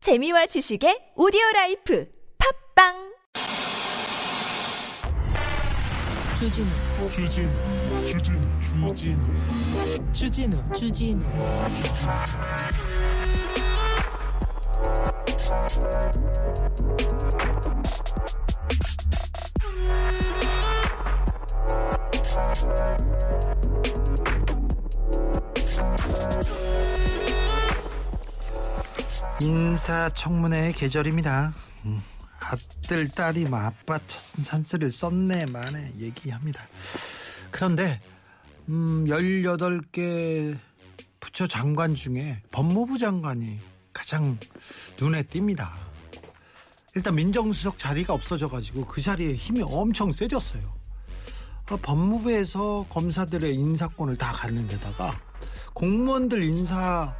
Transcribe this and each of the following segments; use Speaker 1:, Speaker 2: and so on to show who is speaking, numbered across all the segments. Speaker 1: 재미와 지식의 오디오 라이프 팝빵
Speaker 2: 주진우
Speaker 3: 주진우 주진우 주진우
Speaker 2: 주진우 주진우
Speaker 4: 인사청문회의 계절입니다. 음, 아들 딸이 막 아빠 찬스를 썼네 만에 얘기합니다. 그런데 음, 18개 부처 장관 중에 법무부 장관이 가장 눈에 띕니다. 일단 민정수석 자리가 없어져가지고 그 자리에 힘이 엄청 세졌어요. 아, 법무부에서 검사들의 인사권을 다 갖는 데다가 공무원들 인사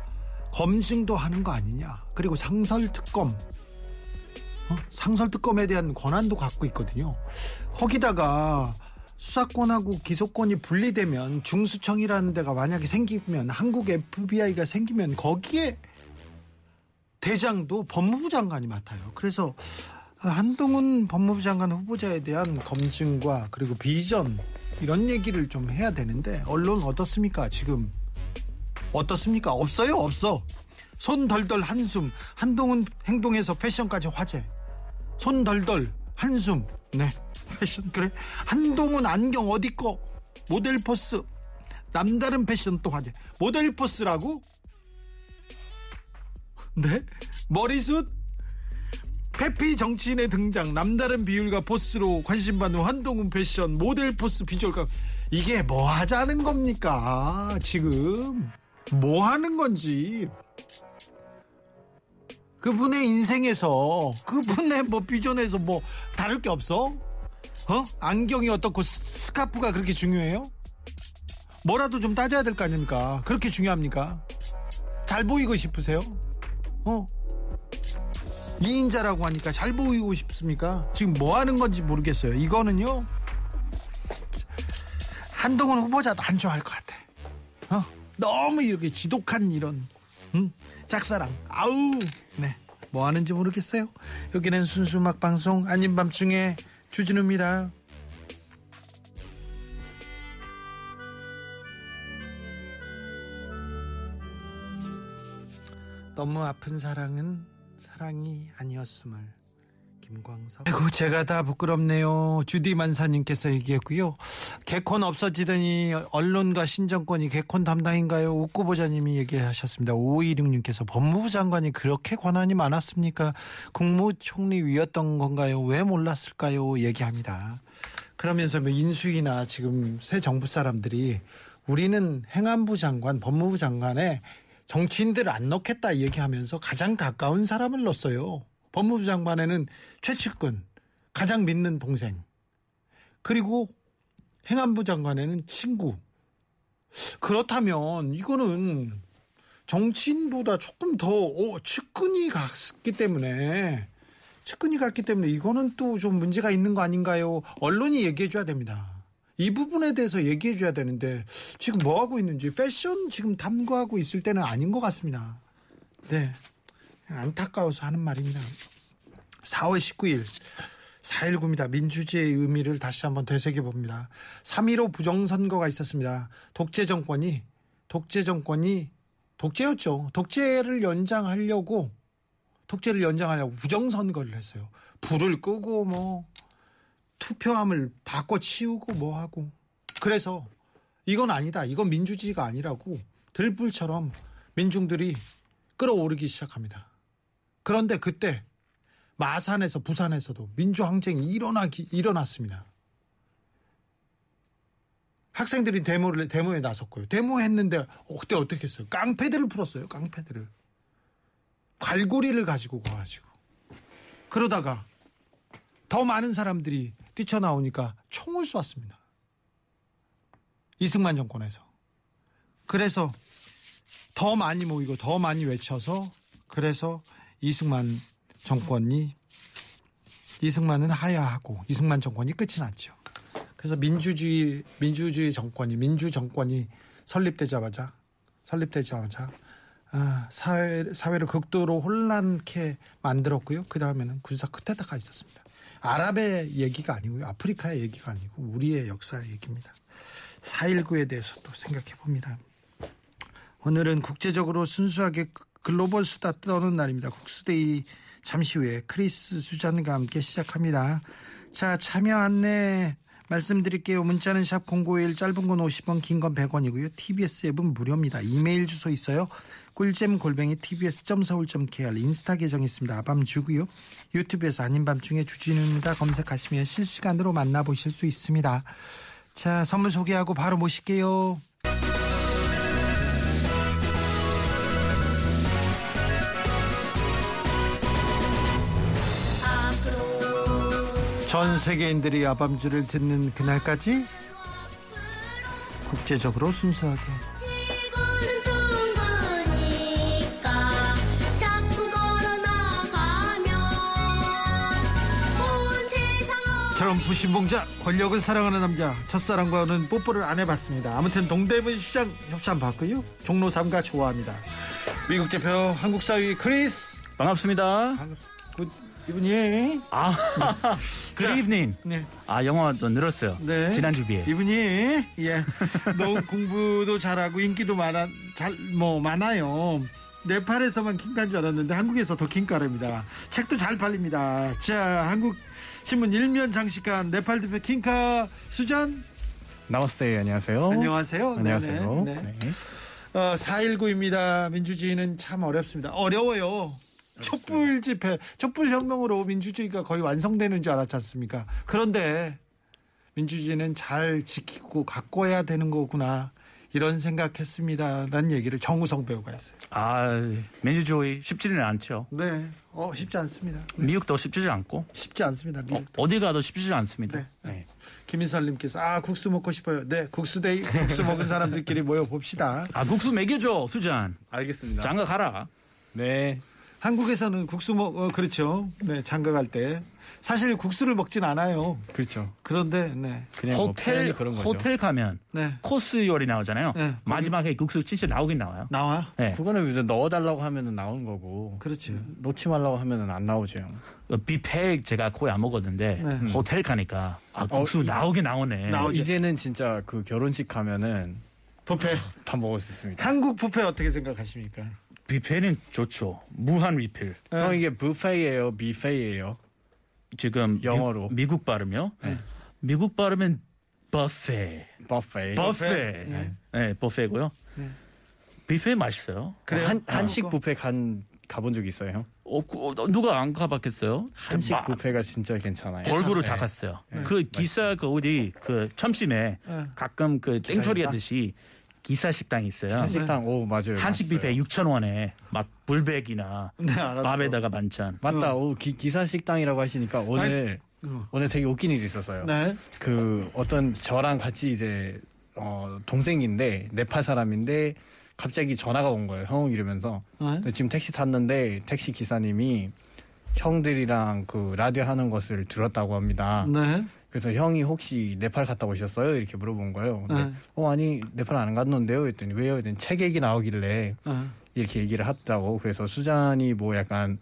Speaker 4: 검증도 하는 거 아니냐. 그리고 상설특검. 어? 상설특검에 대한 권한도 갖고 있거든요. 거기다가 수사권하고 기소권이 분리되면 중수청이라는 데가 만약에 생기면 한국 FBI가 생기면 거기에 대장도 법무부 장관이 맡아요. 그래서 한동훈 법무부 장관 후보자에 대한 검증과 그리고 비전 이런 얘기를 좀 해야 되는데 언론 어떻습니까? 지금 어떻습니까? 없어요, 없어. 손 덜덜 한숨. 한동훈 행동에서 패션까지 화제. 손 덜덜 한숨. 네. 패션 그래. 한동훈 안경 어디 거? 모델 포스. 남다른 패션 또 화제. 모델 포스라고? 네? 머리숱? 페피 정치인의 등장, 남다른 비율과 포스로 관심받는 한동훈 패션, 모델 포스 비주얼감. 이게 뭐 하자는 겁니까? 지금. 뭐 하는 건지. 그분의 인생에서, 그분의 뭐 비전에서 뭐 다를 게 없어? 어? 안경이 어떻고 스- 스카프가 그렇게 중요해요? 뭐라도 좀 따져야 될 거 아닙니까? 그렇게 중요합니까? 잘 보이고 싶으세요? 어? 미인자라고 하니까 잘 보이고 싶습니까? 지금 뭐 하는 건지 모르겠어요. 이거는요. 한동훈 후보자도 안 좋아할 것 같아. 어? 너무 이렇게 지독한 이런 응? 짝사랑. 아우. 네. 뭐 하는지 모르겠어요. 여기는 순수 음악 방송 아닌 밤중에 주진우입니다. 너무 아픈 사랑은 사랑이 아니었음을 김광석 아이고 제가 다 부끄럽네요 주디 만사님께서 얘기했고요 개콘 없어지더니 언론과 신정권이 개콘 담당인가요 옥구보자님이 얘기하셨습니다 5216님께서 법무부 장관이 그렇게 권한이 많았습니까 국무총리 위였던 건가요 왜 몰랐을까요 얘기합니다 그러면서 뭐 인수위나 지금 새 정부 사람들이 우리는 행안부 장관, 법무부 장관에 정치인들 안 넣겠다 이 얘기하면서 가장 가까운 사람을 넣었어요. 법무부 장관에는 최측근, 가장 믿는 동생, 그리고 행안부 장관에는 친구. 그렇다면 이거는 정치인보다 조금 더 어, 측근이 갔기 때문에 측근이 갔기 때문에 이거는 또 좀 문제가 있는 거 아닌가요? 언론이 얘기해 줘야 됩니다. 이 부분에 대해서 얘기해 줘야 되는데 지금 뭐 하고 있는지 패션 지금 탐구하고 있을 때는 아닌 것 같습니다. 네. 안타까워서 하는 말입니다. 4월 19일 4.19입니다. 민주주의의 의미를 다시 한번 되새겨봅니다. 3.15 부정선거가 있었습니다. 독재 정권이 독재 정권이 독재였죠. 독재를 연장하려고 독재를 연장하려고 부정선거를 했어요. 불을 끄고 뭐 투표함을 바꿔 치우고 뭐 하고 그래서 이건 아니다. 이건 민주주의가 아니라고 들불처럼 민중들이 끌어오르기 시작합니다. 그런데 그때 마산에서 부산에서도 민주항쟁이 일어나기 일어났습니다. 학생들이 데모를 데모에 나섰고요. 데모했는데 그때 어떻게 했어요? 깡패들을 풀었어요. 깡패들을 갈고리를 가지고 가가지고 그러다가 더 많은 사람들이 뛰쳐나오니까 총을 쏘았습니다. 이승만 정권에서. 그래서 더 많이 모이고 더 많이 외쳐서 그래서 이승만 정권이 이승만은 하야하고 이승만 정권이 끝이 났죠. 그래서 민주주의 민주주의 정권이 민주 정권이 설립되자마자 설립되자마자 아, 사회, 사회를 극도로 혼란케 만들었고요. 그 다음에는 군사 쿠데타가 있었습니다. 아랍의 얘기가 아니고요. 아프리카의 얘기가 아니고 우리의 역사의 얘기입니다. 4.19에 대해서도 생각해 봅니다. 오늘은 국제적으로 순수하게 그 글로벌 수다 떠는 날입니다. 국수데이 잠시 후에 크리스 수잔과 함께 시작합니다. 자, 참여 안내 말씀드릴게요. 문자는 샵 091, 짧은 건 50원, 긴 건 100원이고요. TBS 앱은 무료입니다. 이메일 주소 있어요. 꿀잼 골뱅이 tbs.서울.kr 인스타 계정 있습니다. 아밤 주고요. 유튜브에서 아닌 밤중에 주진우입니다. 검색하시면 실시간으로 만나보실 수 있습니다. 자, 선물 소개하고 바로 모실게요. 전 세계인들이 아밤주를 듣는 그날까지 국제적으로 순수하게
Speaker 5: 지구는 둥그니까 자꾸 걸어 나가면 온 세상
Speaker 4: 트럼프 신봉자 권력을 사랑하는 남자 첫사랑과는 뽀뽀를 안 해봤습니다 아무튼 동대문 시장 협찬 받고요 종로 삼가 좋아합니다 미국 대표 한국 사위 크리스
Speaker 6: 반갑습니다.
Speaker 4: 굿 이분이
Speaker 6: 아, good evening.
Speaker 4: 네.
Speaker 6: 아, 영어 또 늘었어요.
Speaker 4: 네.
Speaker 6: 지난주 비해.
Speaker 4: 이분이 예 너무 공부도 잘하고 인기도 많아 잘 뭐 많아요. 네팔에서만 킹카인 줄 알았는데 한국에서 더 킹카랍니다. 책도 잘 팔립니다. 자 한국 신문 일면 장식간 네팔 대표 킹카 수잔
Speaker 6: 나마스테 안녕하세요.
Speaker 4: 안녕하세요.
Speaker 6: 어? 안녕하세요.
Speaker 4: 네네, 네.
Speaker 6: 네.
Speaker 4: 어, 4.19입니다. 민주주의는 참 어렵습니다. 어려워요. 촛불 집회, 촛불 혁명으로 민주주의가 거의 완성되는 줄 알았지 않습니까? 그런데 민주주의는 잘 지키고 가꿔야 되는 거구나. 이런 생각했습니다. 라는 얘기를 정우성 배우가 했어요.
Speaker 6: 아, 민주주의 쉽지는 않죠.
Speaker 4: 네. 어, 쉽지 않습니다.
Speaker 6: 미국도 쉽지 않고
Speaker 4: 쉽지 않습니다. 미국도.
Speaker 6: 어, 디 가도 쉽지 않습니다.
Speaker 4: 네.
Speaker 6: 네.
Speaker 4: 김인설님께서, 아, 국수 먹고 싶어요. 네, 국수데이, 국수 먹은 사람들끼리 모여봅시다.
Speaker 6: 아, 국수 먹여줘, 수잔.
Speaker 7: 알겠습니다.
Speaker 6: 장가 가라.
Speaker 7: 네.
Speaker 4: 한국에서는 국수 먹, 어, 그렇죠. 네, 장가 갈 때. 사실 국수를 먹진 않아요.
Speaker 7: 그렇죠.
Speaker 4: 그런데, 네.
Speaker 7: 그냥 뭐
Speaker 6: 호텔
Speaker 7: 표현이 그런 거죠.
Speaker 6: 호텔 가면
Speaker 4: 네.
Speaker 6: 코스 요리 나오잖아요.
Speaker 4: 네.
Speaker 6: 마지막에 국수 진짜 나오긴 나와요.
Speaker 4: 나와.
Speaker 6: 네.
Speaker 7: 그거는 이제 넣어달라고 하면은 나온 거고
Speaker 4: 그렇죠.
Speaker 7: 놓지 말라고 하면은 안 나오죠.
Speaker 6: 어, 뷔페 제가 거의 안 먹었는데
Speaker 4: 네.
Speaker 6: 음. 호텔 가니까 아, 국수 나오긴 나오네.
Speaker 4: 나오- 나오죠.
Speaker 7: 이제는 진짜 그 결혼식 가면은
Speaker 4: 부페.
Speaker 7: 다 먹을 수 있습니다.
Speaker 4: 한국 부페 어떻게 생각하십니까?
Speaker 6: 뷔페는 좋죠. 무한 리필.
Speaker 4: 네.
Speaker 7: 형 이게 뷔페예요, 뷔페예요.
Speaker 6: 지금
Speaker 7: 영어로. 네.
Speaker 6: 미, 국 발음이요. 미국 발음은 버페.
Speaker 7: 뷔페. 어, 네.
Speaker 6: 버페. 네, 버페고요. 뷔페 맛있어요.
Speaker 4: 그래요?
Speaker 7: 한 한식
Speaker 4: 어.
Speaker 7: 뷔페 간 가본 적 있어요, 형?
Speaker 6: 어, 그, 어, 누가 안 가봤겠어요?
Speaker 7: 한식
Speaker 6: 마-
Speaker 7: 뷔페가 진짜 괜찮아요.
Speaker 6: 아. 골고루
Speaker 7: 네. 네.
Speaker 6: 다 갔어요. 그 기사 그 어디 그 점심에 가끔 그 땡처리 하듯이 기사 식당이 있어요.
Speaker 7: 한식당 오 맞아요.
Speaker 6: 한식
Speaker 7: 맞았어요.
Speaker 6: 뷔페 6천 원에 막 불백이나
Speaker 4: 네, 알았어.
Speaker 6: 밥에다가 반찬.
Speaker 7: 맞다. 오 기, 기사 식당이라고 하시니까 오늘
Speaker 4: 어.
Speaker 7: 오늘 되게 웃긴 일이 있었어요.
Speaker 4: 네.
Speaker 7: 그 어떤 저랑 같이 이제 어 동생인데 네팔 사람인데 갑자기 전화가 온 거예요. 형 이러면서
Speaker 4: 네.
Speaker 7: 근데 지금 택시 탔는데 택시 기사님이 형들이랑 그 라디오 하는 것을 들었다고 합니다.
Speaker 4: 네.
Speaker 7: 그래서 형이 혹시 네팔 갔다 오셨어요? 이렇게 물어본 거예요. 근데
Speaker 4: 네.
Speaker 7: 어 아니 네팔 안 갔는데요. 했더니 왜요? 했더니 책 얘기 나오길래
Speaker 4: 어.
Speaker 7: 이렇게 얘기를 하더라고. 그래서 수잔이 뭐 약간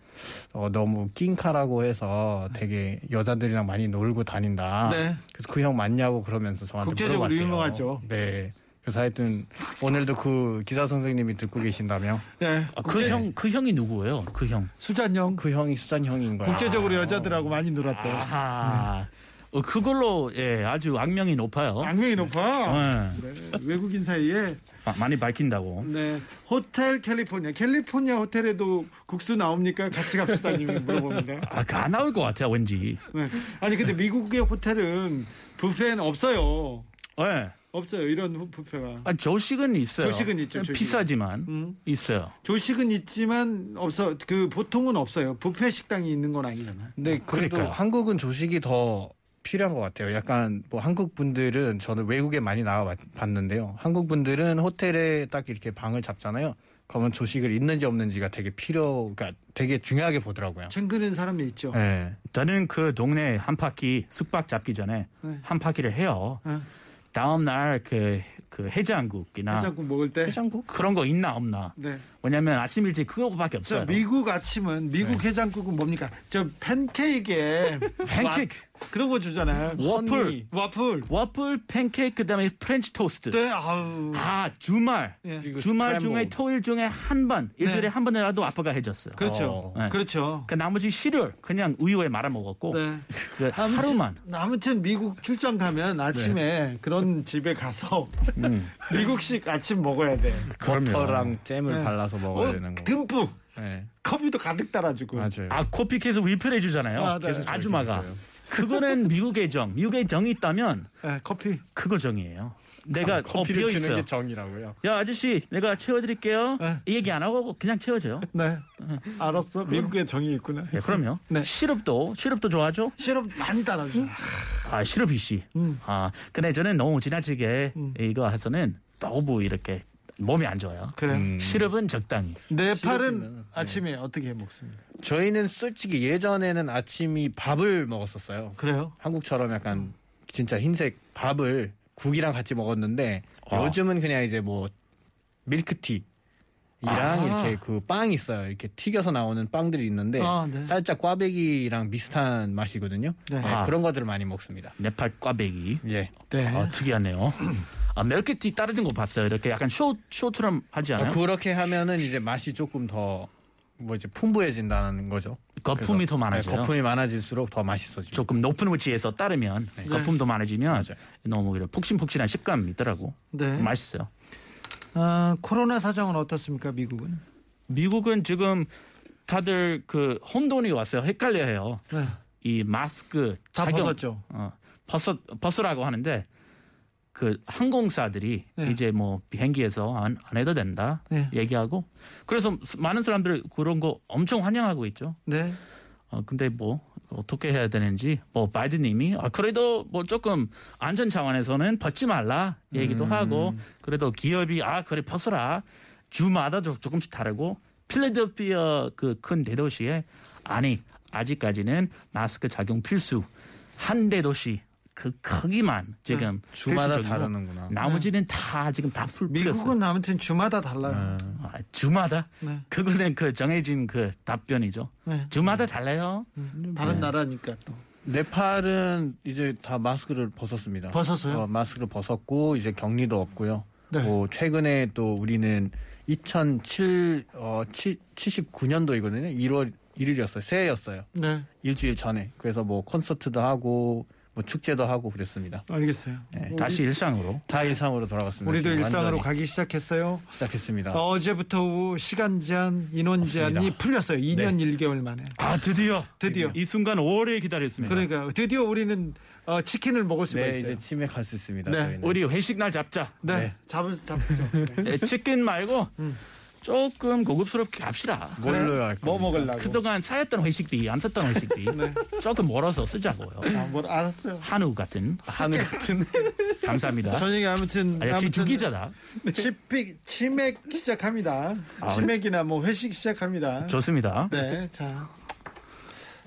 Speaker 7: 어, 너무 낑카라고 해서 되게 여자들이랑 많이 놀고 다닌다.
Speaker 4: 네.
Speaker 7: 그래서 그 형 맞냐고 그러면서 저한테
Speaker 4: 국제적으로
Speaker 7: 물어봤대요.
Speaker 4: 유명하죠.
Speaker 7: 네. 그래서 하여튼 오늘도 그 기사 선생님이 듣고 계신다며
Speaker 4: 네.
Speaker 6: 그 형 그 형이 누구예요? 그 형.
Speaker 4: 수잔영.
Speaker 7: 그 형이 수잔 형인 거야.
Speaker 4: 국제적으로 여자들하고 많이 놀았대.
Speaker 6: 아, 어, 그걸로 예 아주 악명이 높아요.
Speaker 4: 악명이 높아.
Speaker 6: 예,
Speaker 4: 그래. 외국인 사이에.
Speaker 6: 마- 많이 밝힌다고.
Speaker 4: 네. 호텔 캘리포니아. 캘리포니아 호텔에도 국수 나옵니까? 같이 갑시다. 님이 물어봅니다.
Speaker 6: 아, 그안 나올 것 같아요, 왠지.
Speaker 4: 네. 아니, 근데 미국의 호텔은 뷔페는 없어요.
Speaker 6: 예,
Speaker 4: 없어요. 이런 뷔페가.
Speaker 6: 아, 조식은 있어요. 예,
Speaker 4: 조식은 있죠, 조식은.
Speaker 6: 비싸지만
Speaker 4: 음.
Speaker 6: 있어요.
Speaker 4: 조식은 있지만 없어 그 보통은 없어요. 부페 식당이 있는 건 아니잖아요.
Speaker 7: 근데 그래도
Speaker 6: 그러니까요.
Speaker 7: 한국은 조식이 더 필요한 것 같아요. 약간 뭐 한국 분들은 저는 외국에 많이 나와 봤는데요. 한국 분들은 호텔에 딱 이렇게 방을 잡잖아요. 그러면 조식을 있는지 없는지가 되게 필요가 그러니까 되게 중요하게 보더라고요.
Speaker 4: 챙기는 사람이 있죠.
Speaker 7: 네.
Speaker 6: 저는 그 동네 한 바퀴 숙박 잡기 전에
Speaker 4: 네.
Speaker 6: 한 바퀴를 해요.
Speaker 4: 네.
Speaker 6: 다음 날 그 그 해장국이나
Speaker 4: 해장국 먹을 때.
Speaker 7: 해장국?
Speaker 6: 그런 거 있나 없나.
Speaker 4: 네.
Speaker 6: 왜냐면 아침 일찍 그거밖에
Speaker 4: 저
Speaker 6: 없어요.
Speaker 4: 미국 아침은 미국 해장국은 뭡니까? 저 팬케이크에
Speaker 6: 팬케이크,
Speaker 4: 와- 그런 거 주잖아요.
Speaker 6: 워플.
Speaker 4: 와플.
Speaker 6: 워플, 팬케이크, 그다음에 프렌치 토스트.
Speaker 4: 네, 아우.
Speaker 6: 아 주말.
Speaker 4: 예.
Speaker 7: 그리고
Speaker 6: 주말 중에
Speaker 7: 스크램블. 네.
Speaker 6: 토일 중에 한 번, 일주일에 한 번이라도 아빠가 해줬어요. 그
Speaker 4: 그렇죠.
Speaker 6: 어. 네.
Speaker 4: 그렇죠.
Speaker 6: 나머지 실을 그냥 우유에 말아 먹었고
Speaker 4: 네.
Speaker 6: 그
Speaker 7: 아,
Speaker 6: 하루만
Speaker 4: 아무튼 미국 출장 가면 아침에 그런 집에 가서 미국식 아침 먹어야 돼.
Speaker 7: 버터랑 잼을
Speaker 4: 네.
Speaker 7: 발라서 먹어야
Speaker 4: 어,
Speaker 7: 되는 거.
Speaker 4: 듬뿍
Speaker 7: 네.
Speaker 4: 커피도 가득 따라주고.
Speaker 7: 맞아요.
Speaker 6: 아 커피 계속 리필해 주잖아요.
Speaker 4: 아, 네. 계속
Speaker 7: 저렇게
Speaker 6: 아줌마가
Speaker 7: 해줘요.
Speaker 6: 그거는 미국의 정, 미국의 정이 있다면
Speaker 4: 네, 커피.
Speaker 6: 그거 정이에요. 내가 어,
Speaker 7: 아, 커피를
Speaker 6: 비어
Speaker 7: 주는
Speaker 6: 있어요.
Speaker 7: 게 정이라고요.
Speaker 6: 야 아저씨, 내가 채워드릴게요.
Speaker 4: 네.
Speaker 6: 이 얘기 안 하고 그냥 채워줘요.
Speaker 4: 네.
Speaker 7: 음.
Speaker 4: 알았어. 미국에 정이 있구나.
Speaker 6: 예, 그럼요.
Speaker 4: 네.
Speaker 6: 시럽도 시럽도 좋아하죠?
Speaker 4: 시럽 많이 따라줘.
Speaker 6: 아 시럽이 씨.
Speaker 4: 음.
Speaker 6: 아 근데 저는 너무 지나치게
Speaker 4: 음.
Speaker 6: 이거 해서는 너무 이렇게 몸이 안 좋아요.
Speaker 4: 그래.
Speaker 7: 음.
Speaker 6: 시럽은 적당히.
Speaker 4: 네 팔은
Speaker 7: 시럽이면, 네.
Speaker 4: 아침에 어떻게 해 먹습니다.
Speaker 7: 저희는 솔직히 예전에는 아침이 밥을 먹었었어요.
Speaker 4: 그래요?
Speaker 7: 한국처럼 약간 진짜 흰색 밥을 국이랑 같이 먹었는데
Speaker 6: 아.
Speaker 7: 요즘은 그냥 이제 뭐 밀크티 이랑
Speaker 6: 아.
Speaker 7: 이렇게 그 빵 있어요. 이렇게 튀겨서 나오는 빵들이 있는데
Speaker 4: 아, 네.
Speaker 7: 살짝 꽈배기랑 비슷한 맛이거든요.
Speaker 4: 네.
Speaker 7: 네,
Speaker 6: 아.
Speaker 7: 그런 것들을 많이 먹습니다.
Speaker 6: 네팔 꽈배기.
Speaker 7: 예.
Speaker 4: 네.
Speaker 6: 아, 특이하네요. 아, 멜크티 따르는 거 봤어요. 이렇게 약간 쇼, 쇼처럼 하지
Speaker 7: 어,
Speaker 6: 않아요?
Speaker 7: 그렇게 하면은 이제 맛이 조금 더 뭐 이제 풍부해진다는 거죠.
Speaker 6: 거품이
Speaker 7: 그래서,
Speaker 6: 더 많아져요.
Speaker 7: 네, 거품이 많아질수록 더 맛있어지죠.
Speaker 6: 조금 높은 위치에서 따르면 거품도 많아지면
Speaker 7: 맞아요.
Speaker 6: 너무 이런 푹신푹신한 식감이 있더라고.
Speaker 4: 네.
Speaker 6: 맛있어요.
Speaker 4: 아, 코로나 사정은 어떻습니까, 미국은?
Speaker 6: 미국은 지금 다들 그 혼돈이 왔어요. 헷갈려해요.
Speaker 4: 네.
Speaker 6: 이 마스크
Speaker 4: 다
Speaker 6: 착용
Speaker 4: 벗었죠.
Speaker 6: 어, 벗어 벗으라고 하는데 그 항공사들이
Speaker 4: 네.
Speaker 6: 이제 뭐 비행기에서 안, 안 해도 된다
Speaker 4: 네.
Speaker 6: 얘기하고 그래서 많은 사람들이 그런 거 엄청 환영하고 있죠.
Speaker 4: 네.
Speaker 6: 어, 근데 뭐 어떻게 해야 되는지 뭐 바이든님이 아, 그래도 뭐 조금 안전 차원에서는 벗지 말라 얘기도
Speaker 7: 음.
Speaker 6: 하고 그래도 기업이 아 그래 벗어라 주마다 조- 조금씩 다르고 필라델피아 그 큰 대도시에 아니 아직까지는 마스크 착용 필수 한 대도시 그 크기만 지금
Speaker 7: 네. 주마다
Speaker 6: 필수적이고
Speaker 7: 다르는구나. 네.
Speaker 6: 나머지는 다 지금 다 풀. 풀렸어요.
Speaker 4: 미국은 아무튼 주마다 달라요.
Speaker 6: 아, 주마다
Speaker 4: 네.
Speaker 6: 그거는 그 정해진 그 답변이죠.
Speaker 4: 네.
Speaker 6: 주마다 달라요.
Speaker 7: 음. 네.
Speaker 4: 다른 나라니까 또.
Speaker 7: 네팔은 이제 다 마스크를 벗었습니다.
Speaker 4: 벗었어요?
Speaker 7: 어, 마스크를 벗었고 이제 격리도 없고요.
Speaker 4: 네.
Speaker 7: 뭐 최근에 또 우리는 2007 어, 79년도이거든요. 1월 1일이었어요. 새해였어요.
Speaker 4: 네.
Speaker 7: 일주일 전에. 그래서 뭐 콘서트도 하고 뭐 축제도 하고 그랬습니다.
Speaker 4: 알겠어요.
Speaker 6: 네, 다시 일상으로.
Speaker 7: 다 일상으로 돌아갔습니다.
Speaker 4: 네. 우리도
Speaker 7: 지금
Speaker 4: 일상으로
Speaker 7: 완전히
Speaker 4: 가기 시작했어요.
Speaker 7: 시작했습니다.
Speaker 4: 어제부터 시간 제한, 인원 제한이
Speaker 7: 없습니다. 네.
Speaker 4: 풀렸어요. 2년 1개월 만에.
Speaker 6: 아 드디어 네.
Speaker 4: 드디어.
Speaker 6: 이 순간 오래 기다렸습니다.
Speaker 4: 그러니까 드디어 우리는 어, 치킨을 먹을 수가
Speaker 7: 네,
Speaker 4: 있어요.
Speaker 7: 이제 침에 갈 수 있습니다.
Speaker 4: 네.
Speaker 7: 저희는.
Speaker 6: 우리 회식 날 잡자.
Speaker 4: 네, 음.
Speaker 7: 네.
Speaker 4: 잡을 잡죠.
Speaker 6: 에, 치킨 말고 조금 고급스럽게 갑시다.
Speaker 7: 뭘로 할까?
Speaker 4: 뭐 먹으려고?
Speaker 6: 그동안 사였던 회식비 안 썼던 회식비
Speaker 4: 네.
Speaker 6: 조금 멀어서 쓰자고요.
Speaker 4: 아, 뭘 알았어요.
Speaker 6: 한우 같은
Speaker 7: 하늘 같은
Speaker 6: 감사합니다.
Speaker 4: 저녁에 아무튼
Speaker 6: 아, 역시 주 기자다.
Speaker 4: 치맥 치맥 시작합니다.
Speaker 6: 아,
Speaker 4: 치맥이나 뭐 회식 시작합니다.
Speaker 6: 좋습니다.
Speaker 4: 네, 자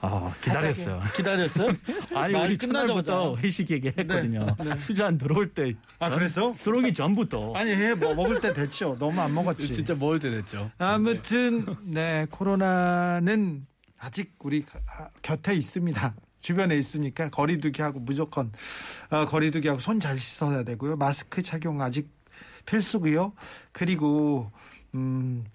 Speaker 6: 아, 기다렸어요.
Speaker 4: 기다렸어요.
Speaker 6: 아니
Speaker 4: 네. 말
Speaker 6: 우리
Speaker 4: 끝나자마자.
Speaker 6: 첫날부터 회식 얘기했거든요. 수잔 들어올 때
Speaker 4: 아, 그랬어?
Speaker 6: 들어오기 전부터
Speaker 4: 아니 해 뭐 먹을 때 됐죠. 너무 안 먹었지.
Speaker 7: 진짜 먹을 때 됐죠.
Speaker 4: 아무튼 네 코로나는 아직 우리 가- 곁에 있습니다. 주변에 있으니까 거리두기 하고 무조건 어, 거리두기 하고 손 잘 씻어야 되고요. 마스크 착용 아직 필수고요. 그리고 음,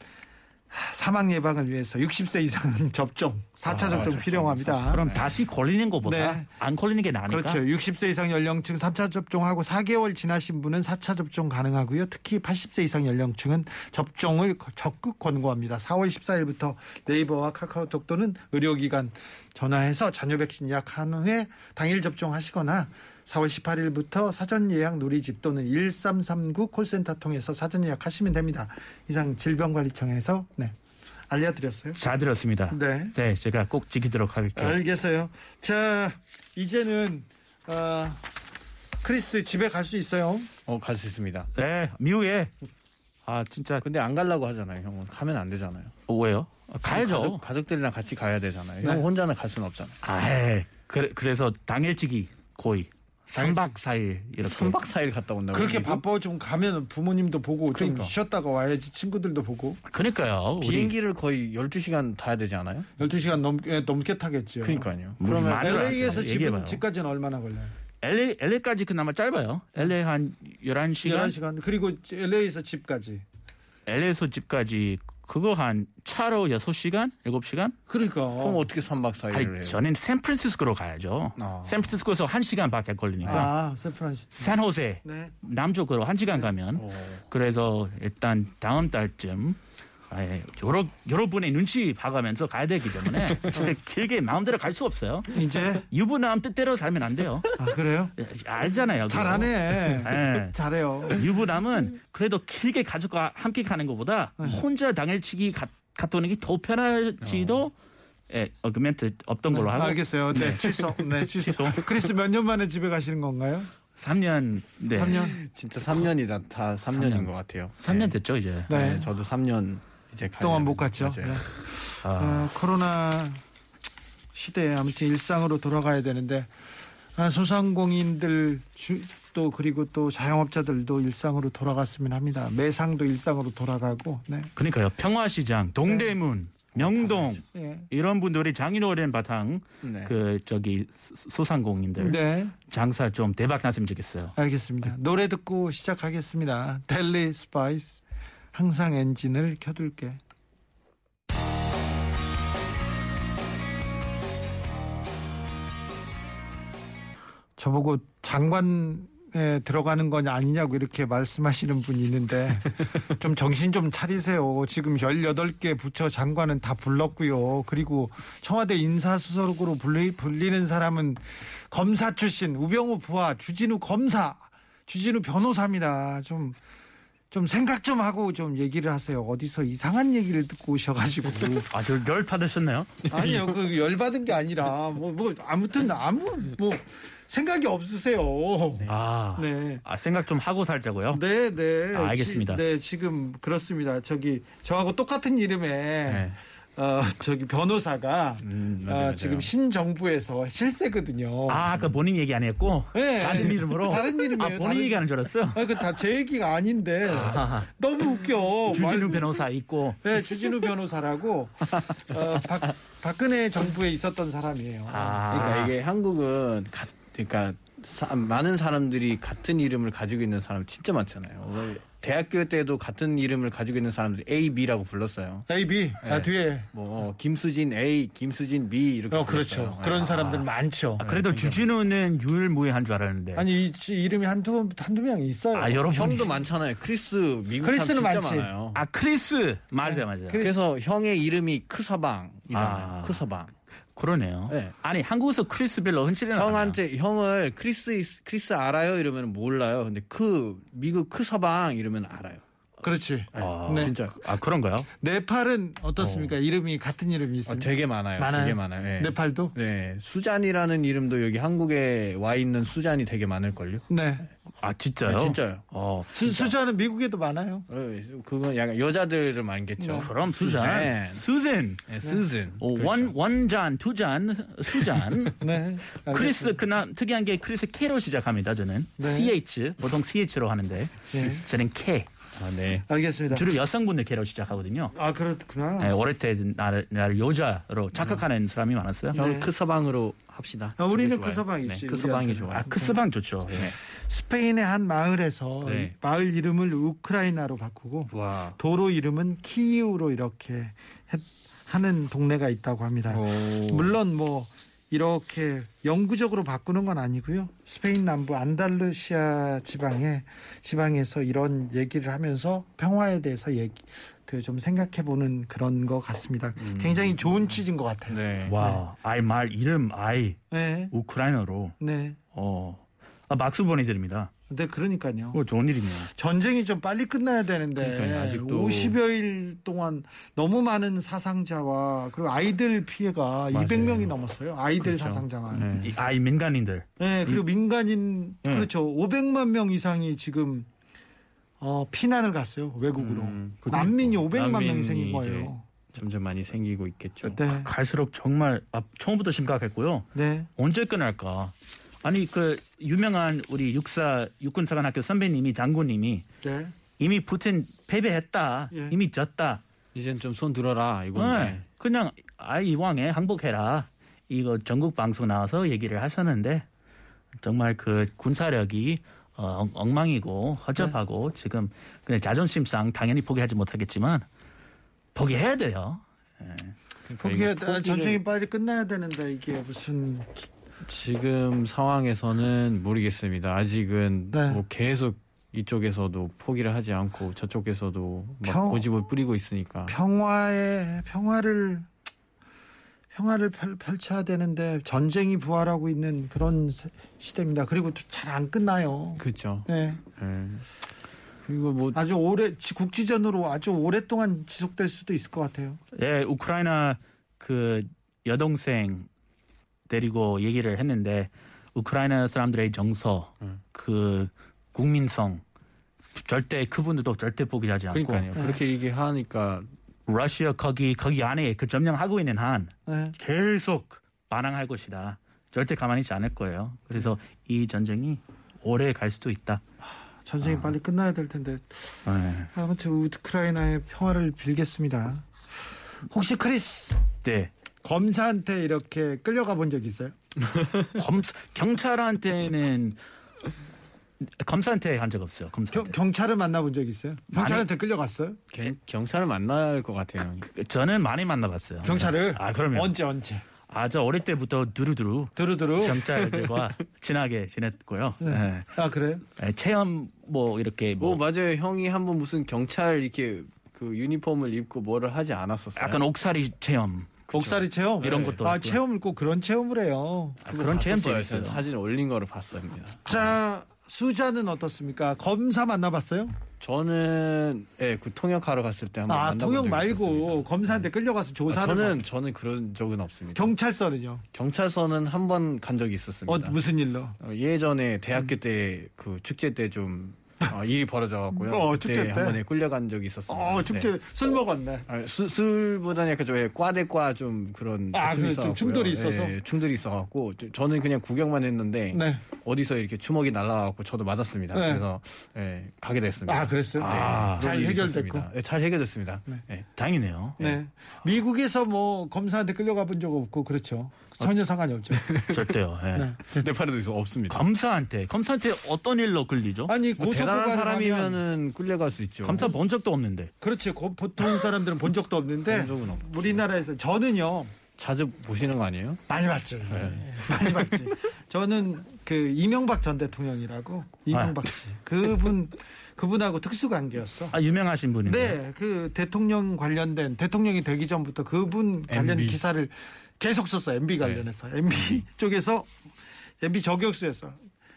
Speaker 4: 하, 사망 예방을 위해서 60세 이상 접종 4차 아, 접종 필요합니다.
Speaker 6: 그럼 다시 걸리는 것보다
Speaker 4: 네.
Speaker 6: 안 걸리는 게 나으니까.
Speaker 4: 그렇죠. 60세 이상 연령층 3차 접종하고 4개월 지나신 분은 4차 접종 가능하고요. 특히 80세 이상 연령층은 접종을 거- 적극 권고합니다. 4월 14일부터 네이버와 카카오톡 또는 의료기관 전화해서 잔여 백신 예약한 후에 당일 접종하시거나 4월 18일부터 사전 예약 누리집 또는 1339 콜센터 통해서 사전 예약하시면 됩니다. 이상 질병관리청에서 네, 알려드렸어요.
Speaker 6: 잘 들었습니다.
Speaker 4: 네.
Speaker 6: 네, 제가 꼭 지키도록 할게요.
Speaker 4: 알겠어요. 자, 이제는 아, 크리스 집에 갈 수 있어요.
Speaker 7: 어, 갈 수 있습니다.
Speaker 6: 네, 미우에. 아 진짜
Speaker 7: 근데 안 가려고 하잖아요, 형은. 가면 안 되잖아요.
Speaker 6: 왜요? 아, 가야죠.
Speaker 7: 가족, 들이랑 같이 가야 되잖아요. 형 혼자는 갈 수는 없잖아요.
Speaker 6: 아, 에이, 그래, 그래서 당일치기 거의 3박 4일 이렇게
Speaker 7: 3박 4일 갔다 온다고.
Speaker 4: 그렇게
Speaker 7: 미국?
Speaker 4: 바빠 좀 가면 부모님도 보고
Speaker 7: 음. 그러니까.
Speaker 4: 좀 쉬었다가 와야지 친구들도 보고
Speaker 6: 그러니까요. 우리
Speaker 7: 비행기를 거의 12시간 타야 되지 않아요?
Speaker 4: 12시간 넘, 예, 넘게 타겠죠.
Speaker 7: 그러니까요.
Speaker 6: 우리
Speaker 7: 그러면
Speaker 6: 많이
Speaker 4: LA에서
Speaker 6: 가서 얘기해봐요.
Speaker 4: 집, 집까지는 얼마나 걸려요?
Speaker 6: LA LA까지 그나마 짧아요. LA 한 11시간,
Speaker 4: 11시간. 그리고 LA에서 집까지.
Speaker 6: LA에서 집까지 그거 한 차로 6시간, 7시간?
Speaker 4: 그러니까.
Speaker 7: 그럼 어떻게 3박 4일을 해요?
Speaker 6: 아니, 저는 샌프란시스코로 가야죠.
Speaker 7: 네, 아.
Speaker 6: 샌프란시스코에서 1시간밖에 안 걸리니까
Speaker 4: 아, 샌프란시스.
Speaker 6: 샌호세
Speaker 4: 네.
Speaker 6: 남쪽으로 1시간 가면
Speaker 7: 어.
Speaker 6: 그래서 일단 다음 달쯤 아예 여러 여러분의 눈치 봐가면서 가야 되기 때문에 제 길게 마음대로 갈 수 없어요.
Speaker 4: 이제
Speaker 6: 유부남 뜻대로 살면 안 돼요.
Speaker 4: 아, 그래요?
Speaker 6: 알잖아요. 그거.
Speaker 4: 잘하네.
Speaker 6: 예.
Speaker 4: 잘해요.
Speaker 6: 유부남은 그래도 길게 가족과 함께 가는 것보다
Speaker 4: 네.
Speaker 6: 혼자 당일치기 갔- 갔다 오는 게 더 편할지도 예, 어그멘트 없던 걸로 하고
Speaker 4: 알겠어요. 어. 네, 취소. 네, 취소. 그리스 몇 년 만에 집에 가시는 건가요?
Speaker 6: 3년 네.
Speaker 4: 3년
Speaker 7: 진짜 3년이다. 다 3년인 것 같아요.
Speaker 6: 삼 년
Speaker 7: 네.
Speaker 6: 됐죠, 이제.
Speaker 4: 네.
Speaker 7: 네, 저도 3년 이제 가야
Speaker 4: 동안
Speaker 7: 되는-
Speaker 4: 못 갔죠.
Speaker 7: 맞아요.
Speaker 4: 네.
Speaker 6: 아,
Speaker 4: 아, 코로나 시대에 아무튼 일상으로 돌아가야 되는데 아, 소상공인들 주- 또 그리고 또 자영업자들도 일상으로 돌아갔으면 합니다. 매상도 일상으로 돌아가고 네.
Speaker 6: 그러니까요. 평화시장, 동대문, 명동
Speaker 4: 예.
Speaker 6: 이런 분들이 장인어른 바탕
Speaker 7: 네.
Speaker 6: 그 저기 소- 소상공인들
Speaker 4: 네,
Speaker 6: 장사 좀 대박 났으면 좋겠어요.
Speaker 4: 알겠습니다. 노래 듣고 시작하겠습니다. 델리 스파이스 항상 엔진을 켜둘게. 저보고 장관에 들어가는 건 아니냐고 이렇게 말씀하시는 분이 있는데 좀 정신 좀 차리세요. 지금 18개 부처 장관은 다 불렀고요. 그리고 청와대 인사수석으로 불리, 불리는 사람은 검사 출신 우병우 부하 주진우 검사 주진우 변호사입니다. 좀 좀 생각 좀 하고 좀 얘기를 하세요. 어디서 이상한 얘기를 듣고 오셔가지고
Speaker 6: 아, 저 열 받으셨나요?
Speaker 4: 아니요, 그 열받은 게 아니라 뭐 뭐 아무튼 아무 뭐 생각이 없으세요.
Speaker 6: 아,
Speaker 4: 네.
Speaker 6: 아, 생각 좀 하고 살자고요.
Speaker 4: 네, 네.
Speaker 6: 아, 알겠습니다.
Speaker 4: 지, 네, 지금 그렇습니다. 저기 저하고 똑같은 이름의
Speaker 6: 네.
Speaker 4: 어, 저기 변호사가
Speaker 7: 음,
Speaker 4: 어,
Speaker 7: 맞아요, 맞아요.
Speaker 4: 지금 신정부에서 실세거든요.
Speaker 6: 아, 그 본인 얘기 아니었고
Speaker 4: 네.
Speaker 6: 다른 이름으로.
Speaker 4: 다른 이름이에요.
Speaker 6: 아, 본인
Speaker 4: 다른-
Speaker 6: 얘기하는 줄 알았어.
Speaker 4: 아, 그다제 얘기가 아닌데 너무 웃겨.
Speaker 6: 주진우
Speaker 4: 어, 말-
Speaker 6: 변호사 있고.
Speaker 4: 네, 주진우 변호사라고 어, 박, 박근혜 정부에 있었던 사람이에요.
Speaker 6: 아,
Speaker 7: 그러니까 이게 한국은 가- 그러니까 사- 많은 사람들이 같은 이름을 가지고 있는 사람 진짜 많잖아요. 원래 대학교 때도 같은 이름을 가지고 있는 사람들이 A, B라고 불렀어요.
Speaker 4: A, B 아,
Speaker 7: 네.
Speaker 4: 뒤에.
Speaker 7: 뭐 김수진 A, 김수진 B 이렇게
Speaker 4: 어,
Speaker 7: 불렀어요.
Speaker 4: 그렇죠.
Speaker 7: 네.
Speaker 4: 그런 사람들 많죠.
Speaker 6: 아, 그래도 주진우는 유일무이한 줄 알았는데.
Speaker 4: 네, 아니 이, 이 이름이 한두 한두 명 있어요.
Speaker 6: 아, 여러분.
Speaker 7: 형도 많잖아요. 크리스 미국
Speaker 4: 크리스는
Speaker 7: 사람 진짜
Speaker 4: 많지.
Speaker 7: 많아요.
Speaker 6: 아, 크리스. 맞아, 맞아.
Speaker 4: 네. 크리스.
Speaker 7: 그래서 형의 이름이 크서방이잖아요.
Speaker 6: 아.
Speaker 7: 크서방.
Speaker 6: 그러네요.
Speaker 7: 네.
Speaker 6: 아니, 한국에서 크리스 별로 흔치는 않아요.
Speaker 7: 형한테 형을 크리스 있- 크리스 알아요 이러면 몰라요. 근데 크 미국 크서방 이러면 알아요.
Speaker 4: 그렇지.
Speaker 6: 아,
Speaker 4: 네.
Speaker 7: 진짜
Speaker 6: 아, 그런가요?
Speaker 4: 네팔은 어떻습니까? 이름이 같은 이름이
Speaker 7: 아,
Speaker 4: 있습니다.
Speaker 7: 되게 많아요.
Speaker 4: 많아요?
Speaker 7: 되게 많아요. 네.
Speaker 4: 네팔도?
Speaker 7: 네, 수잔이라는 이름도 여기 한국에 와 있는 수잔이 되게 많을 걸요.
Speaker 4: 네.
Speaker 6: 아, 진짜요?
Speaker 7: 진짜요.
Speaker 6: 어.
Speaker 4: 수, 수자는 미국에도 많아요.
Speaker 7: 어, 그건 약간 여자들을 많겠죠.
Speaker 6: 어, 그럼 수잔.
Speaker 7: 수잔.
Speaker 6: 수잔.
Speaker 7: 네, 수즌.
Speaker 6: 어, 원, 원잔, 두잔, 수잔.
Speaker 4: 네. 알겠습니다.
Speaker 6: 크리스 그나 특이한 게 크리스 K로 시작합니다. 저는
Speaker 4: 네.
Speaker 6: CH 보통 CH로 하는데
Speaker 4: 네.
Speaker 6: 저는 K
Speaker 7: 아, 네.
Speaker 4: 알겠습니다.
Speaker 6: 주로 여성분들 K로 시작하거든요.
Speaker 4: 아 그렇구나.
Speaker 6: 네, 어릴 때 나를, 나를 여자로 착각하는 사람이 많았어요.
Speaker 7: 네. 형 크서방으로 합시다.
Speaker 4: 네. 아, 우리는
Speaker 7: 그게 좋아요.
Speaker 4: 크서방이지,
Speaker 7: 네, 크서방이
Speaker 4: 우리한테는.
Speaker 7: 좋아요.
Speaker 6: 아 크스방 좋죠. 예.
Speaker 4: 스페인의 한 마을에서
Speaker 7: 네.
Speaker 4: 마을 이름을 우크라이나로 바꾸고
Speaker 7: 와.
Speaker 4: 도로 이름은 키이우로 이렇게 했- 하는 동네가 있다고 합니다.
Speaker 7: 어.
Speaker 4: 물론 뭐 이렇게 영구적으로 바꾸는 건 아니고요. 스페인 남부 안달루시아 지방에 지방에서 이런 얘기를 하면서 평화에 대해서 얘기 그 좀 생각해 보는 그런 것 같습니다.
Speaker 7: 음.
Speaker 4: 굉장히 좋은 취지인 것 같아요.
Speaker 7: 네.
Speaker 6: 와, 아이 말 이름 아이
Speaker 4: 네.
Speaker 6: 우크라이나로
Speaker 4: 네.
Speaker 6: 어 아, 막수 보내드립니다.
Speaker 4: 근데 그러니까요.
Speaker 6: 그거 좋은 일이네요.
Speaker 4: 전쟁이 좀 빨리 끝나야 되는데
Speaker 7: 그러니까요, 아직도.
Speaker 4: 50여 일 동안 너무 많은 사상자와 그리고 아이들 피해가 200명이 넘었어요. 아이들
Speaker 7: 그렇죠.
Speaker 4: 사상자만. 네.
Speaker 6: 이 아이 민간인들
Speaker 7: 음.
Speaker 4: 그리고 민간인
Speaker 6: 네.
Speaker 4: 그렇죠. 500만 명 이상이 지금 어, 피난을 갔어요. 외국으로.
Speaker 7: 음, 그게
Speaker 4: 난민이
Speaker 7: 뭐,
Speaker 4: 500만 명이
Speaker 7: 난민이
Speaker 4: 생긴
Speaker 7: 이제 뭐
Speaker 4: 거예요.
Speaker 7: 점점 많이 생기고 있겠죠.
Speaker 4: 네.
Speaker 6: 갈수록 정말 아, 처음부터 심각했고요.
Speaker 4: 네.
Speaker 6: 언제 끝날까? 아니 그 유명한 우리 육사 육군사관학교 선배님이 장군님이
Speaker 4: 네.
Speaker 6: 이미 푸틴 패배했다,
Speaker 4: 예.
Speaker 6: 이미 졌다.
Speaker 7: 이젠 좀 손 들어라
Speaker 6: 네.
Speaker 7: 이건데.
Speaker 6: 그냥 아이 이왕에 항복해라. 이거 전국 방송 나와서 얘기를 하셨는데 정말 그 군사력이 어, 엉- 엉망이고 허접하고 지금 그냥 자존심 상 당연히 포기하지 못하겠지만 포기해야 돼요.
Speaker 7: 그러니까
Speaker 4: 포기해 전쟁이 빨리 끝나야 되는데 이게 무슨
Speaker 7: 지금 상황에서는 모르겠습니다. 아직은
Speaker 4: 네.
Speaker 7: 뭐 계속 이쪽에서도 포기를 하지 않고 저쪽에서도 막
Speaker 4: 평-
Speaker 7: 고집을 뿌리고 있으니까
Speaker 4: 평화에 평화를 평화를 펼, 펼쳐야 되는데 전쟁이 부활하고 있는 그런 세- 시대입니다. 그리고 잘 안 끝나요.
Speaker 7: 그렇죠.
Speaker 4: 네.
Speaker 7: 예. 그리고 뭐
Speaker 4: 아주 오래 지- 국지전으로 아주 오랫동안 지속될 수도 있을 것 같아요.
Speaker 6: 예, 우크라이나 그 여동생 데리고 얘기를 했는데 우크라이나 사람들의 정서,
Speaker 7: 음.
Speaker 6: 그 국민성 절대 그분들도 절대 포기하지 않고
Speaker 7: 그러니까요. 그렇게 얘기하니까
Speaker 6: 러시아 거기 거기 안에 그 점령하고 있는 한
Speaker 4: 네.
Speaker 6: 계속 반항할 것이다. 절대 가만히 있지 않을 거예요. 그래서 이 전쟁이 오래 갈 수도 있다.
Speaker 4: 전쟁이
Speaker 7: 아.
Speaker 4: 빨리 끝나야 될 텐데
Speaker 7: 네.
Speaker 4: 아무튼 우크라이나의 평화를 빌겠습니다. 혹시 크리스
Speaker 6: 네.
Speaker 4: 검사한테 이렇게 끌려가 본 적 있어요?
Speaker 6: 검 경찰한테는 검사한테 한 적 없어요.
Speaker 4: 겨-
Speaker 7: 네.
Speaker 6: 검사한테.
Speaker 4: 경찰을 만나본 적 있어요? 경찰한테 끌려갔어요?
Speaker 7: 경- 경찰을 만날 것 같아요.
Speaker 6: 저는 많이 만나봤어요.
Speaker 4: 경찰을?
Speaker 6: 아 그러면
Speaker 4: 언제 언제?
Speaker 6: 아 저 어릴 때부터 두루두루
Speaker 4: 두루두루.
Speaker 6: 경찰들과 친하게 지냈고요.
Speaker 4: 네. 아 그래요?
Speaker 6: 예, 체험 뭐 이렇게
Speaker 7: 뭐
Speaker 6: 뭐
Speaker 7: 맞아요. 형이 한번 무슨 경찰 이렇게 그 유니폼을 입고 뭐를 하지 않았었어요.
Speaker 6: 약간 옥살이 체험
Speaker 4: 복사리 체험
Speaker 6: 이런 것도
Speaker 4: 아
Speaker 6: 있고요.
Speaker 4: 체험을 꼭 그런 체험을 해요.
Speaker 6: 아, 그런 체험
Speaker 7: 봤었어요.
Speaker 6: 재밌어요.
Speaker 7: 사진 올린 거를 봤습니다.
Speaker 4: 자 수자는 어떻습니까? 검사 만나봤어요?
Speaker 7: 저는 예, 그 통역하러 갔을 때 한번
Speaker 4: 아
Speaker 7: 만나본
Speaker 4: 통역
Speaker 7: 적이
Speaker 4: 말고
Speaker 7: 있었습니다.
Speaker 4: 검사한테 끌려가서
Speaker 7: 아,
Speaker 4: 조사를
Speaker 7: 저는
Speaker 4: 받-
Speaker 7: 저는 그런 적은 없습니다.
Speaker 4: 경찰서는요?
Speaker 7: 경찰서는 한 번 간
Speaker 4: 어
Speaker 7: 적이 있었습니다.
Speaker 4: 무슨 음. 일로?
Speaker 7: 어, 예전에 대학교 때 그 축제 때 좀 일이 벌어져 갖고요.
Speaker 4: 어,
Speaker 7: 그때
Speaker 4: 축제 때?
Speaker 7: 한 번에 끌려간 적이 있었습니다.
Speaker 4: 어 축제
Speaker 7: 네.
Speaker 4: 술 먹었네.
Speaker 7: 아, 수- 술보다는 약간 좀 예, 과대과 좀 그런
Speaker 4: 아,
Speaker 7: 갈등이
Speaker 4: 그좀
Speaker 7: 있어갖고요.
Speaker 4: 충돌이 있어서?
Speaker 7: 예, 충돌이 있어갖고 저- 저는 그냥 구경만 했는데
Speaker 4: 네.
Speaker 7: 어디서 이렇게 주먹이 날라와갖고 저도 맞았습니다.
Speaker 4: 네.
Speaker 7: 그래서 예, 가게 됐습니다.
Speaker 4: 아 그랬어요?
Speaker 7: 네,
Speaker 4: 아,
Speaker 7: 그런
Speaker 4: 잘
Speaker 7: 일이
Speaker 4: 해결됐고.
Speaker 7: 있었습니다. 예, 잘 해결됐습니다. 예.
Speaker 6: 다행이네요.
Speaker 4: 네. 미국에서 뭐 검사한테 끌려가본 적 없고 그렇죠. 전혀 상관이 없죠.
Speaker 6: 절대요. 예.
Speaker 4: 네.
Speaker 7: 네팔에도 있어 없습니다.
Speaker 6: 검사한테 검사한테 어떤 일로 끌리죠?
Speaker 4: 아니
Speaker 7: 뭐
Speaker 4: 고소고발을
Speaker 7: 대단한
Speaker 4: 하면
Speaker 7: 사람이면은 끌려갈 수 있죠.
Speaker 6: 검사 본 적도 없는데
Speaker 4: 그렇지 고- 보통 사람들은 본 적도 없는데
Speaker 7: 본 적은 없고.
Speaker 4: 우리나라에서 저는요
Speaker 7: 자주 보시는 거 아니에요?
Speaker 4: 많이 봤지.
Speaker 7: 네.
Speaker 4: 많이 봤지. 저는 그 이명박 전 대통령이라고
Speaker 7: 아.
Speaker 4: 이명박 씨 그분 그분하고 특수 관계였어.
Speaker 6: 아 유명하신 분인데
Speaker 4: 네, 그 대통령 관련된 대통령이 되기 전부터 그분 관련
Speaker 7: MB.
Speaker 4: 기사를 계속 썼어. 요 MB 관련해서 MB 쪽에서 MB 저격수에서